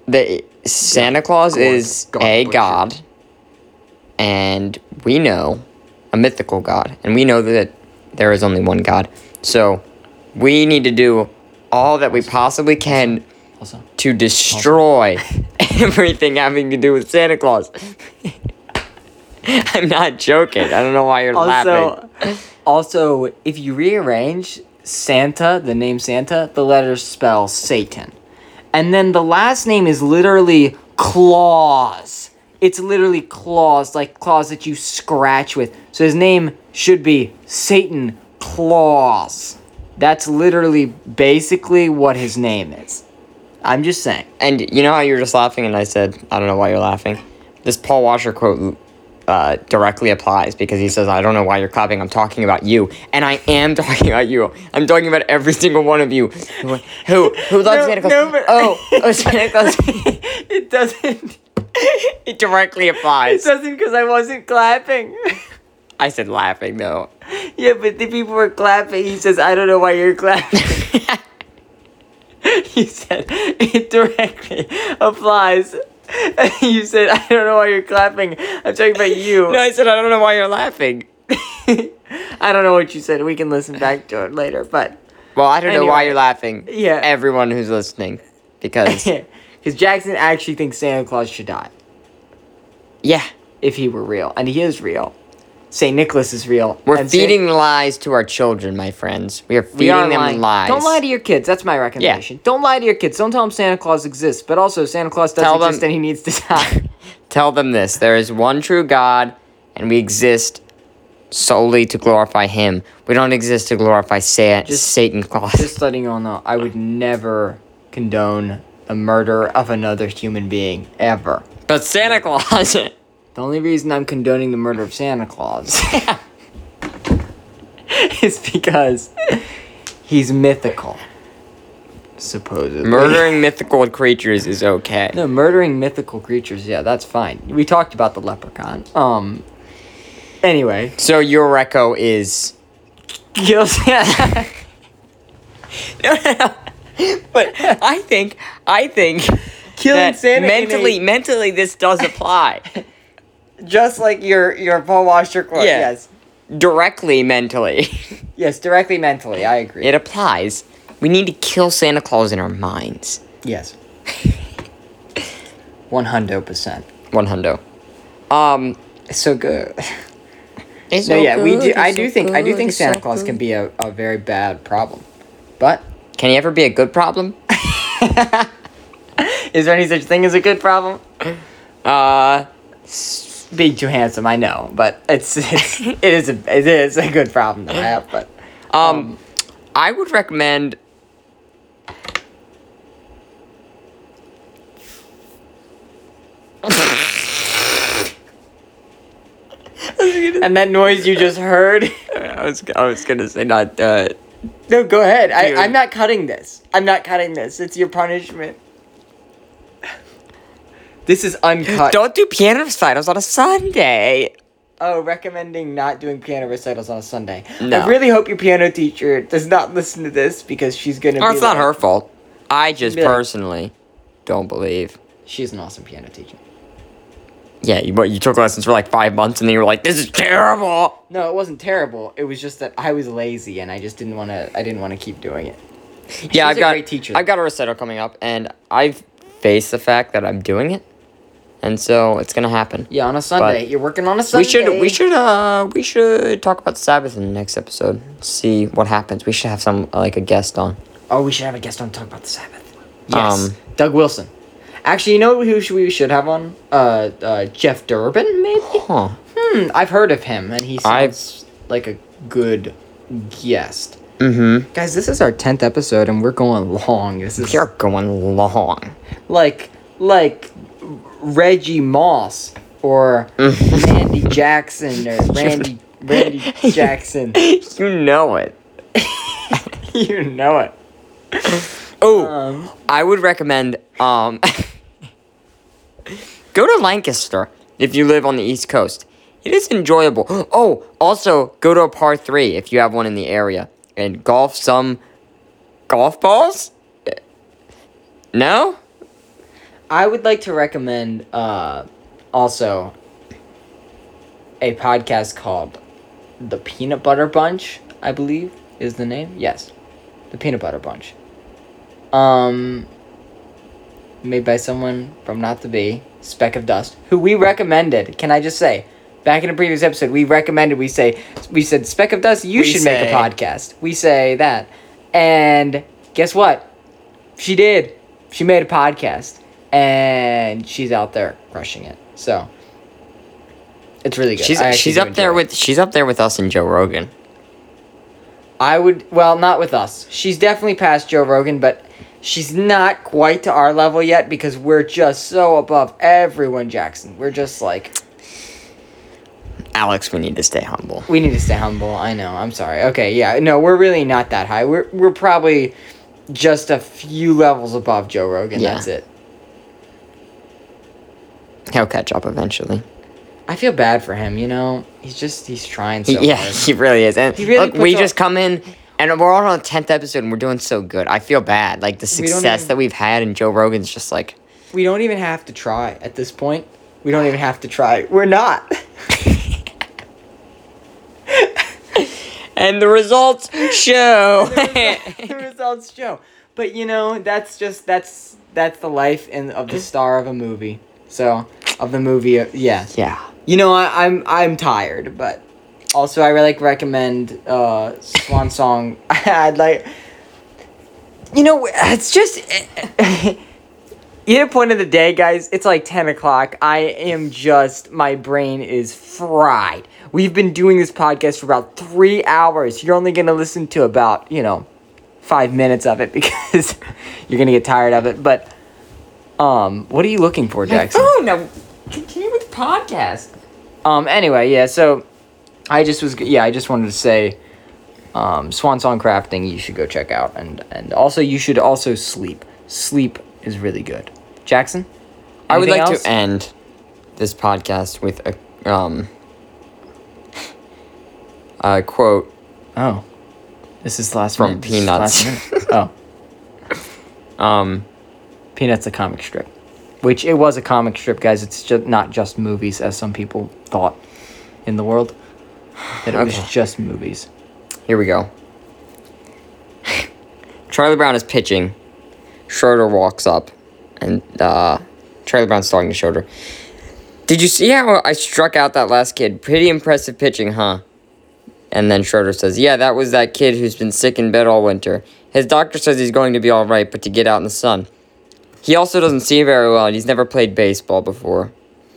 [SPEAKER 2] the Santa Claus
[SPEAKER 1] God,
[SPEAKER 2] is
[SPEAKER 1] God
[SPEAKER 2] a
[SPEAKER 1] butchered.
[SPEAKER 2] god, and we know a mythical god, and we know that there is only one god. So we need to do all that we possibly can
[SPEAKER 1] Also,
[SPEAKER 2] to destroy everything having to do with Santa Claus. I'm not joking. I don't know why you're laughing.
[SPEAKER 1] Also, also, if you rearrange Santa, the name Santa, the letters spell Satan. And then the last name is literally Claws. It's literally claws, like claws that you scratch with. So his name should be Satan Claws. That's literally basically what his name is. I'm just saying.
[SPEAKER 2] And you know how you were just laughing, and I said, I don't know why you're laughing. This Paul Washer quote uh, directly applies because he says, I don't know why you're clapping. I'm talking about you. And I am talking about you. I'm talking about every single one of you who who, who loves Santa Claus.
[SPEAKER 1] no, but-
[SPEAKER 2] oh, oh, Santa Claus.
[SPEAKER 1] It doesn't.
[SPEAKER 2] it directly
[SPEAKER 1] It
[SPEAKER 2] applies.
[SPEAKER 1] doesn't because I wasn't clapping.
[SPEAKER 2] I said laughing, though.
[SPEAKER 1] Yeah, but the people were clapping. He says, I don't know why you're clapping. he said, it directly applies. you said, I don't know why you're clapping. I'm talking about you.
[SPEAKER 2] No, I said, I don't know why you're laughing.
[SPEAKER 1] I don't know what you said. We can listen back to it later, but.
[SPEAKER 2] Well, I don't know why
[SPEAKER 1] Anyway.
[SPEAKER 2] you're laughing.
[SPEAKER 1] Yeah.
[SPEAKER 2] Everyone who's listening. Because,
[SPEAKER 1] Because Jackson actually thinks Santa Claus should die
[SPEAKER 2] yeah,
[SPEAKER 1] if he were real. And he is real. St. Nicholas is real.
[SPEAKER 2] we're
[SPEAKER 1] and Saint-
[SPEAKER 2] feeding lies to our children, my friends. We are feeding
[SPEAKER 1] We are
[SPEAKER 2] them
[SPEAKER 1] lying.
[SPEAKER 2] lies.
[SPEAKER 1] Don't lie to your kids. That's my recommendation. Don't lie to your kids. Don't tell them Santa Claus exists. But also, Santa Claus doesn't
[SPEAKER 2] Tell them-
[SPEAKER 1] exist and he needs to die.
[SPEAKER 2] Tell them this there is one true God, and we exist solely to glorify Him. We don't exist to glorify sa- Satan Claus.
[SPEAKER 1] Just letting you all know, uh, I would never condone the murder of another human being ever.
[SPEAKER 2] but Santa Claus.
[SPEAKER 1] The only reason I'm condoning the murder of Santa Claus is because he's mythical, supposedly.
[SPEAKER 2] Murdering mythical creatures is okay.
[SPEAKER 1] No, murdering mythical creatures. Yeah, that's fine. We talked about the leprechaun. Um. Anyway,
[SPEAKER 2] So your reco is.
[SPEAKER 1] Gil
[SPEAKER 2] But I think, I think.
[SPEAKER 1] killing
[SPEAKER 2] that mentally, mentally, this does apply.
[SPEAKER 1] just like your your Paul Washer quote.
[SPEAKER 2] Yeah.
[SPEAKER 1] Yes,
[SPEAKER 2] Directly, mentally,
[SPEAKER 1] yes, directly mentally. I agree.
[SPEAKER 2] it applies. We need to kill Santa Claus in our minds.
[SPEAKER 1] yes, one hundred percent.
[SPEAKER 2] One hundo. Um,
[SPEAKER 1] So good.
[SPEAKER 2] it's
[SPEAKER 1] No,
[SPEAKER 2] so
[SPEAKER 1] yeah, we do.
[SPEAKER 2] good,
[SPEAKER 1] I
[SPEAKER 2] it's
[SPEAKER 1] do
[SPEAKER 2] so
[SPEAKER 1] think I do
[SPEAKER 2] good,
[SPEAKER 1] think
[SPEAKER 2] it's
[SPEAKER 1] Santa
[SPEAKER 2] so
[SPEAKER 1] Claus
[SPEAKER 2] good.
[SPEAKER 1] can be a, a very bad problem, but
[SPEAKER 2] Can he ever be a good problem?
[SPEAKER 1] is there any such thing as a good problem?
[SPEAKER 2] Uh,
[SPEAKER 1] Being too handsome, I know, but it's, it's it is a it is a good problem to have. But
[SPEAKER 2] um, I would recommend.
[SPEAKER 1] and that noise you just heard.
[SPEAKER 2] I was I was gonna say not. Uh,
[SPEAKER 1] No, go ahead. I,
[SPEAKER 2] Dude.
[SPEAKER 1] I'm not cutting this. I'm not cutting this. It's your punishment. This is uncut.
[SPEAKER 2] don't do piano recitals on a Sunday.
[SPEAKER 1] Oh, recommending not doing piano recitals on a Sunday. I
[SPEAKER 2] No.
[SPEAKER 1] really hope your piano teacher does not listen to this because she's gonna.
[SPEAKER 2] Oh,
[SPEAKER 1] be
[SPEAKER 2] it's not
[SPEAKER 1] like-
[SPEAKER 2] her fault. I just
[SPEAKER 1] Be like-
[SPEAKER 2] personally don't believe.
[SPEAKER 1] She's an awesome piano teacher.
[SPEAKER 2] Yeah, you, what, you took lessons for like five months and then you were like, this is terrible.
[SPEAKER 1] No, it wasn't terrible. It was just that I was lazy and I just didn't want to. I didn't want to keep doing it.
[SPEAKER 2] yeah, I've
[SPEAKER 1] a
[SPEAKER 2] got
[SPEAKER 1] great teacher.
[SPEAKER 2] I've got a recital coming up, and I've faced the fact that I'm doing it, and so it's gonna happen.
[SPEAKER 1] Yeah, on a Sunday. You're working on a Sunday.
[SPEAKER 2] We should we should uh we should talk about Sabbath in the next episode. See what happens. We should have some like a guest on.
[SPEAKER 1] Oh, we should have a guest on to talk about the Sabbath. Yes,
[SPEAKER 2] Um,
[SPEAKER 1] Doug Wilson. Actually, you know who should we should have on? Uh, uh, Jeff Durbin, maybe.
[SPEAKER 2] Huh.
[SPEAKER 1] Hmm, I've heard of him, and he
[SPEAKER 2] I've-
[SPEAKER 1] sounds like a good guest.
[SPEAKER 2] Mm-hmm.
[SPEAKER 1] Guys, this is our tenth episode, and we're going long. This is
[SPEAKER 2] You're going long.
[SPEAKER 1] like like Reggie Moss or
[SPEAKER 2] Mm-hmm.
[SPEAKER 1] Randy Jackson or Randy Randy Jackson.
[SPEAKER 2] You know it.
[SPEAKER 1] you know it.
[SPEAKER 2] Oh,
[SPEAKER 1] Um,
[SPEAKER 2] I would recommend um go to Lancaster if you live on the East Coast. It is enjoyable. Oh, also go to a par three if you have one in the area and golf some golf balls. Eh, No,
[SPEAKER 1] I would like to recommend uh, also a podcast called The Peanut Butter Bunch, I believe is the name. Yes. The Peanut Butter Bunch. Um made by someone from Not to Be, Speck of Dust, who we recommended, can I just say, Back in a previous episode, we recommended we say we said speck of dust. You
[SPEAKER 2] We
[SPEAKER 1] should make a
[SPEAKER 2] say-
[SPEAKER 1] podcast. We say that, and guess what? She did. She made a podcast, and she's out there crushing it. So it's really good.
[SPEAKER 2] She's
[SPEAKER 1] I actually
[SPEAKER 2] she's
[SPEAKER 1] do
[SPEAKER 2] up there
[SPEAKER 1] enjoy it.
[SPEAKER 2] with she's up there with us and Joe Rogan.
[SPEAKER 1] I would well not with us. She's definitely past Joe Rogan, but she's not quite to our level yet because we're just so above everyone, Jackson. We're just like
[SPEAKER 2] Alex, we need to stay humble.
[SPEAKER 1] we need to stay humble. I know. I'm sorry. Okay, yeah. No, we're really not that high. We're we're probably just a few levels above Joe Rogan.
[SPEAKER 2] Yeah.
[SPEAKER 1] That's it.
[SPEAKER 2] He'll catch up eventually.
[SPEAKER 1] I feel bad for him, you know. He's just he's trying so
[SPEAKER 2] He, yeah,
[SPEAKER 1] hard.
[SPEAKER 2] he really is. And
[SPEAKER 1] He really
[SPEAKER 2] look, we
[SPEAKER 1] puts a-
[SPEAKER 2] just come in and we're on our tenth episode and we're doing so good. I feel bad. Like the
[SPEAKER 1] We don't
[SPEAKER 2] success
[SPEAKER 1] even-
[SPEAKER 2] that we've had and Joe Rogan's just like
[SPEAKER 1] We don't even have to try at this point. We don't even have to try. We're not.
[SPEAKER 2] And the results show
[SPEAKER 1] the results show. But you know, that's just that's that's the life in of the star of a movie. So of the movie, uh, yeah.
[SPEAKER 2] Yeah.
[SPEAKER 1] You know, I, I'm I'm tired, but also I really like recommend uh, Swan Song. I'd like, you know, it's just. Either point of the day, guys, it's like 10 o'clock. I am just, my brain is fried. We've been doing this podcast for about three hours. You're only going to listen to about, you know, five minutes of it because you're going to get tired of it. But, um, what are you looking for, Jackson?
[SPEAKER 2] Oh no continue with the podcast.
[SPEAKER 1] Um. Anyway, yeah. So, I just was. Yeah, I just wanted to say, um, Swan Song Crafting. You should go check out, and and also you should also sleep. Sleep is really good. Jackson,
[SPEAKER 2] I would
[SPEAKER 1] Anything
[SPEAKER 2] like
[SPEAKER 1] else?
[SPEAKER 2] to end this podcast with a um a quote
[SPEAKER 1] Oh, this is the last
[SPEAKER 2] From
[SPEAKER 1] minute. This is the last
[SPEAKER 2] Peanuts.
[SPEAKER 1] minute. oh,
[SPEAKER 2] um
[SPEAKER 1] Peanuts a comic strip, which it was a comic strip, guys. It's just not just movies as some people thought in the world. That it was
[SPEAKER 2] Okay.
[SPEAKER 1] just movies.
[SPEAKER 2] Here we go. Charlie Brown is pitching. Schroeder walks up, and uh, Charlie Brown's talking to Schroeder. Did you see how I struck out that last kid? Pretty impressive pitching, huh? And then Schroeder says, Yeah, that was that kid who's been sick in bed all winter. His doctor says he's going to be all right, but to get out in the sun. He also doesn't see very well, and he's never played baseball before.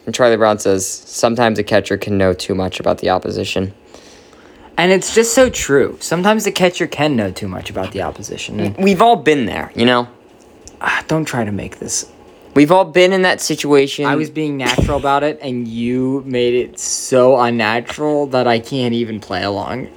[SPEAKER 2] And Charlie Brown says, Sometimes a catcher can know too much about the opposition.
[SPEAKER 1] And it's just so true. Sometimes the catcher can know too much about the opposition. And,
[SPEAKER 2] We've all been there, you know?
[SPEAKER 1] ah, don't try to make this
[SPEAKER 2] We've all been in that situation.
[SPEAKER 1] I was being natural about it, and you made it so unnatural that I can't even play along.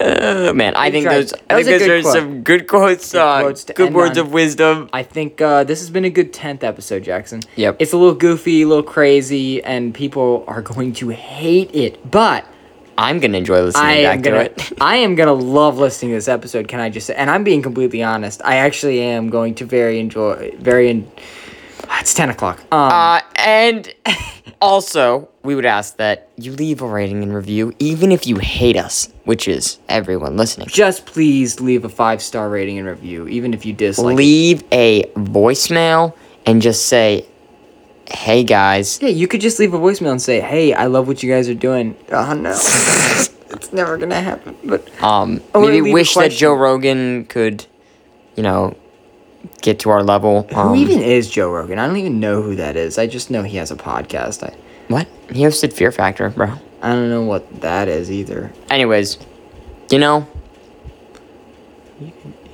[SPEAKER 2] oh, man. I think
[SPEAKER 1] tried.
[SPEAKER 2] those.
[SPEAKER 1] That
[SPEAKER 2] I
[SPEAKER 1] was
[SPEAKER 2] think
[SPEAKER 1] a
[SPEAKER 2] those
[SPEAKER 1] good
[SPEAKER 2] are
[SPEAKER 1] quote.
[SPEAKER 2] some good quotes. Good, uh,
[SPEAKER 1] quotes to
[SPEAKER 2] good
[SPEAKER 1] end
[SPEAKER 2] words
[SPEAKER 1] on.
[SPEAKER 2] of wisdom.
[SPEAKER 1] I think uh, this has been a good tenth episode, Jackson.
[SPEAKER 2] Yep.
[SPEAKER 1] It's a little goofy, a little crazy, and people are going to hate it. But
[SPEAKER 2] I'm gonna enjoy listening
[SPEAKER 1] I
[SPEAKER 2] back
[SPEAKER 1] am gonna,
[SPEAKER 2] to it.
[SPEAKER 1] I am gonna love listening to this episode. Can I just say? And I'm being completely honest. I actually am going to very enjoy. Very. En- it's ten o'clock. Um,
[SPEAKER 2] Uh, and also, we would ask that you leave a rating and review, even if you hate us, which is everyone listening.
[SPEAKER 1] just please leave a five star rating and review, even if you dislike. it.
[SPEAKER 2] leave a voicemail and just say, "Hey guys,
[SPEAKER 1] Yeah, you could just leave a voicemail and say, "Hey, I love what you guys are doing." Oh no, it's never gonna happen. But
[SPEAKER 2] um,
[SPEAKER 1] I wanna
[SPEAKER 2] maybe
[SPEAKER 1] leave a
[SPEAKER 2] wish that
[SPEAKER 1] question.
[SPEAKER 2] Joe Rogan could, you know, get to our level."
[SPEAKER 1] who
[SPEAKER 2] Um,
[SPEAKER 1] even is Joe Rogan? I don't even know who that is. I just know he has a podcast. I
[SPEAKER 2] What? He hosted Fear Factor, bro.
[SPEAKER 1] I don't know what that is either.
[SPEAKER 2] Anyways, you know,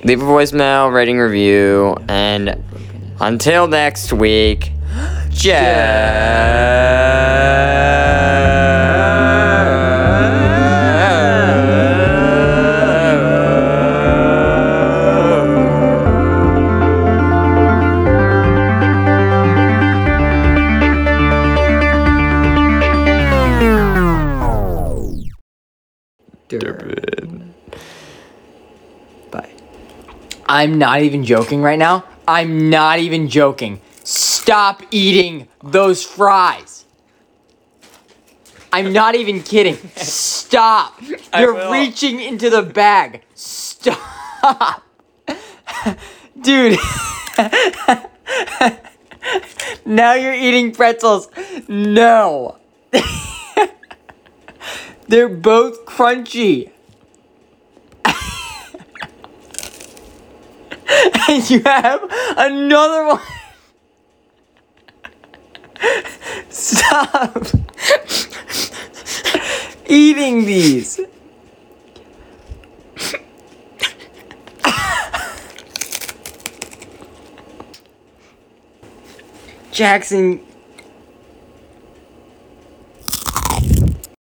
[SPEAKER 2] leave a voicemail, rating, review, and until next week, Joe.
[SPEAKER 1] Durbin. Bye. I'm not even joking right now. I'm not even joking. Stop eating those fries. I'm not even kidding. Stop. You're
[SPEAKER 2] will.
[SPEAKER 1] reaching into the bag. Stop. Dude. now you're eating pretzels. No. They're both crunchy. and you have another one. Stop eating these. Jackson,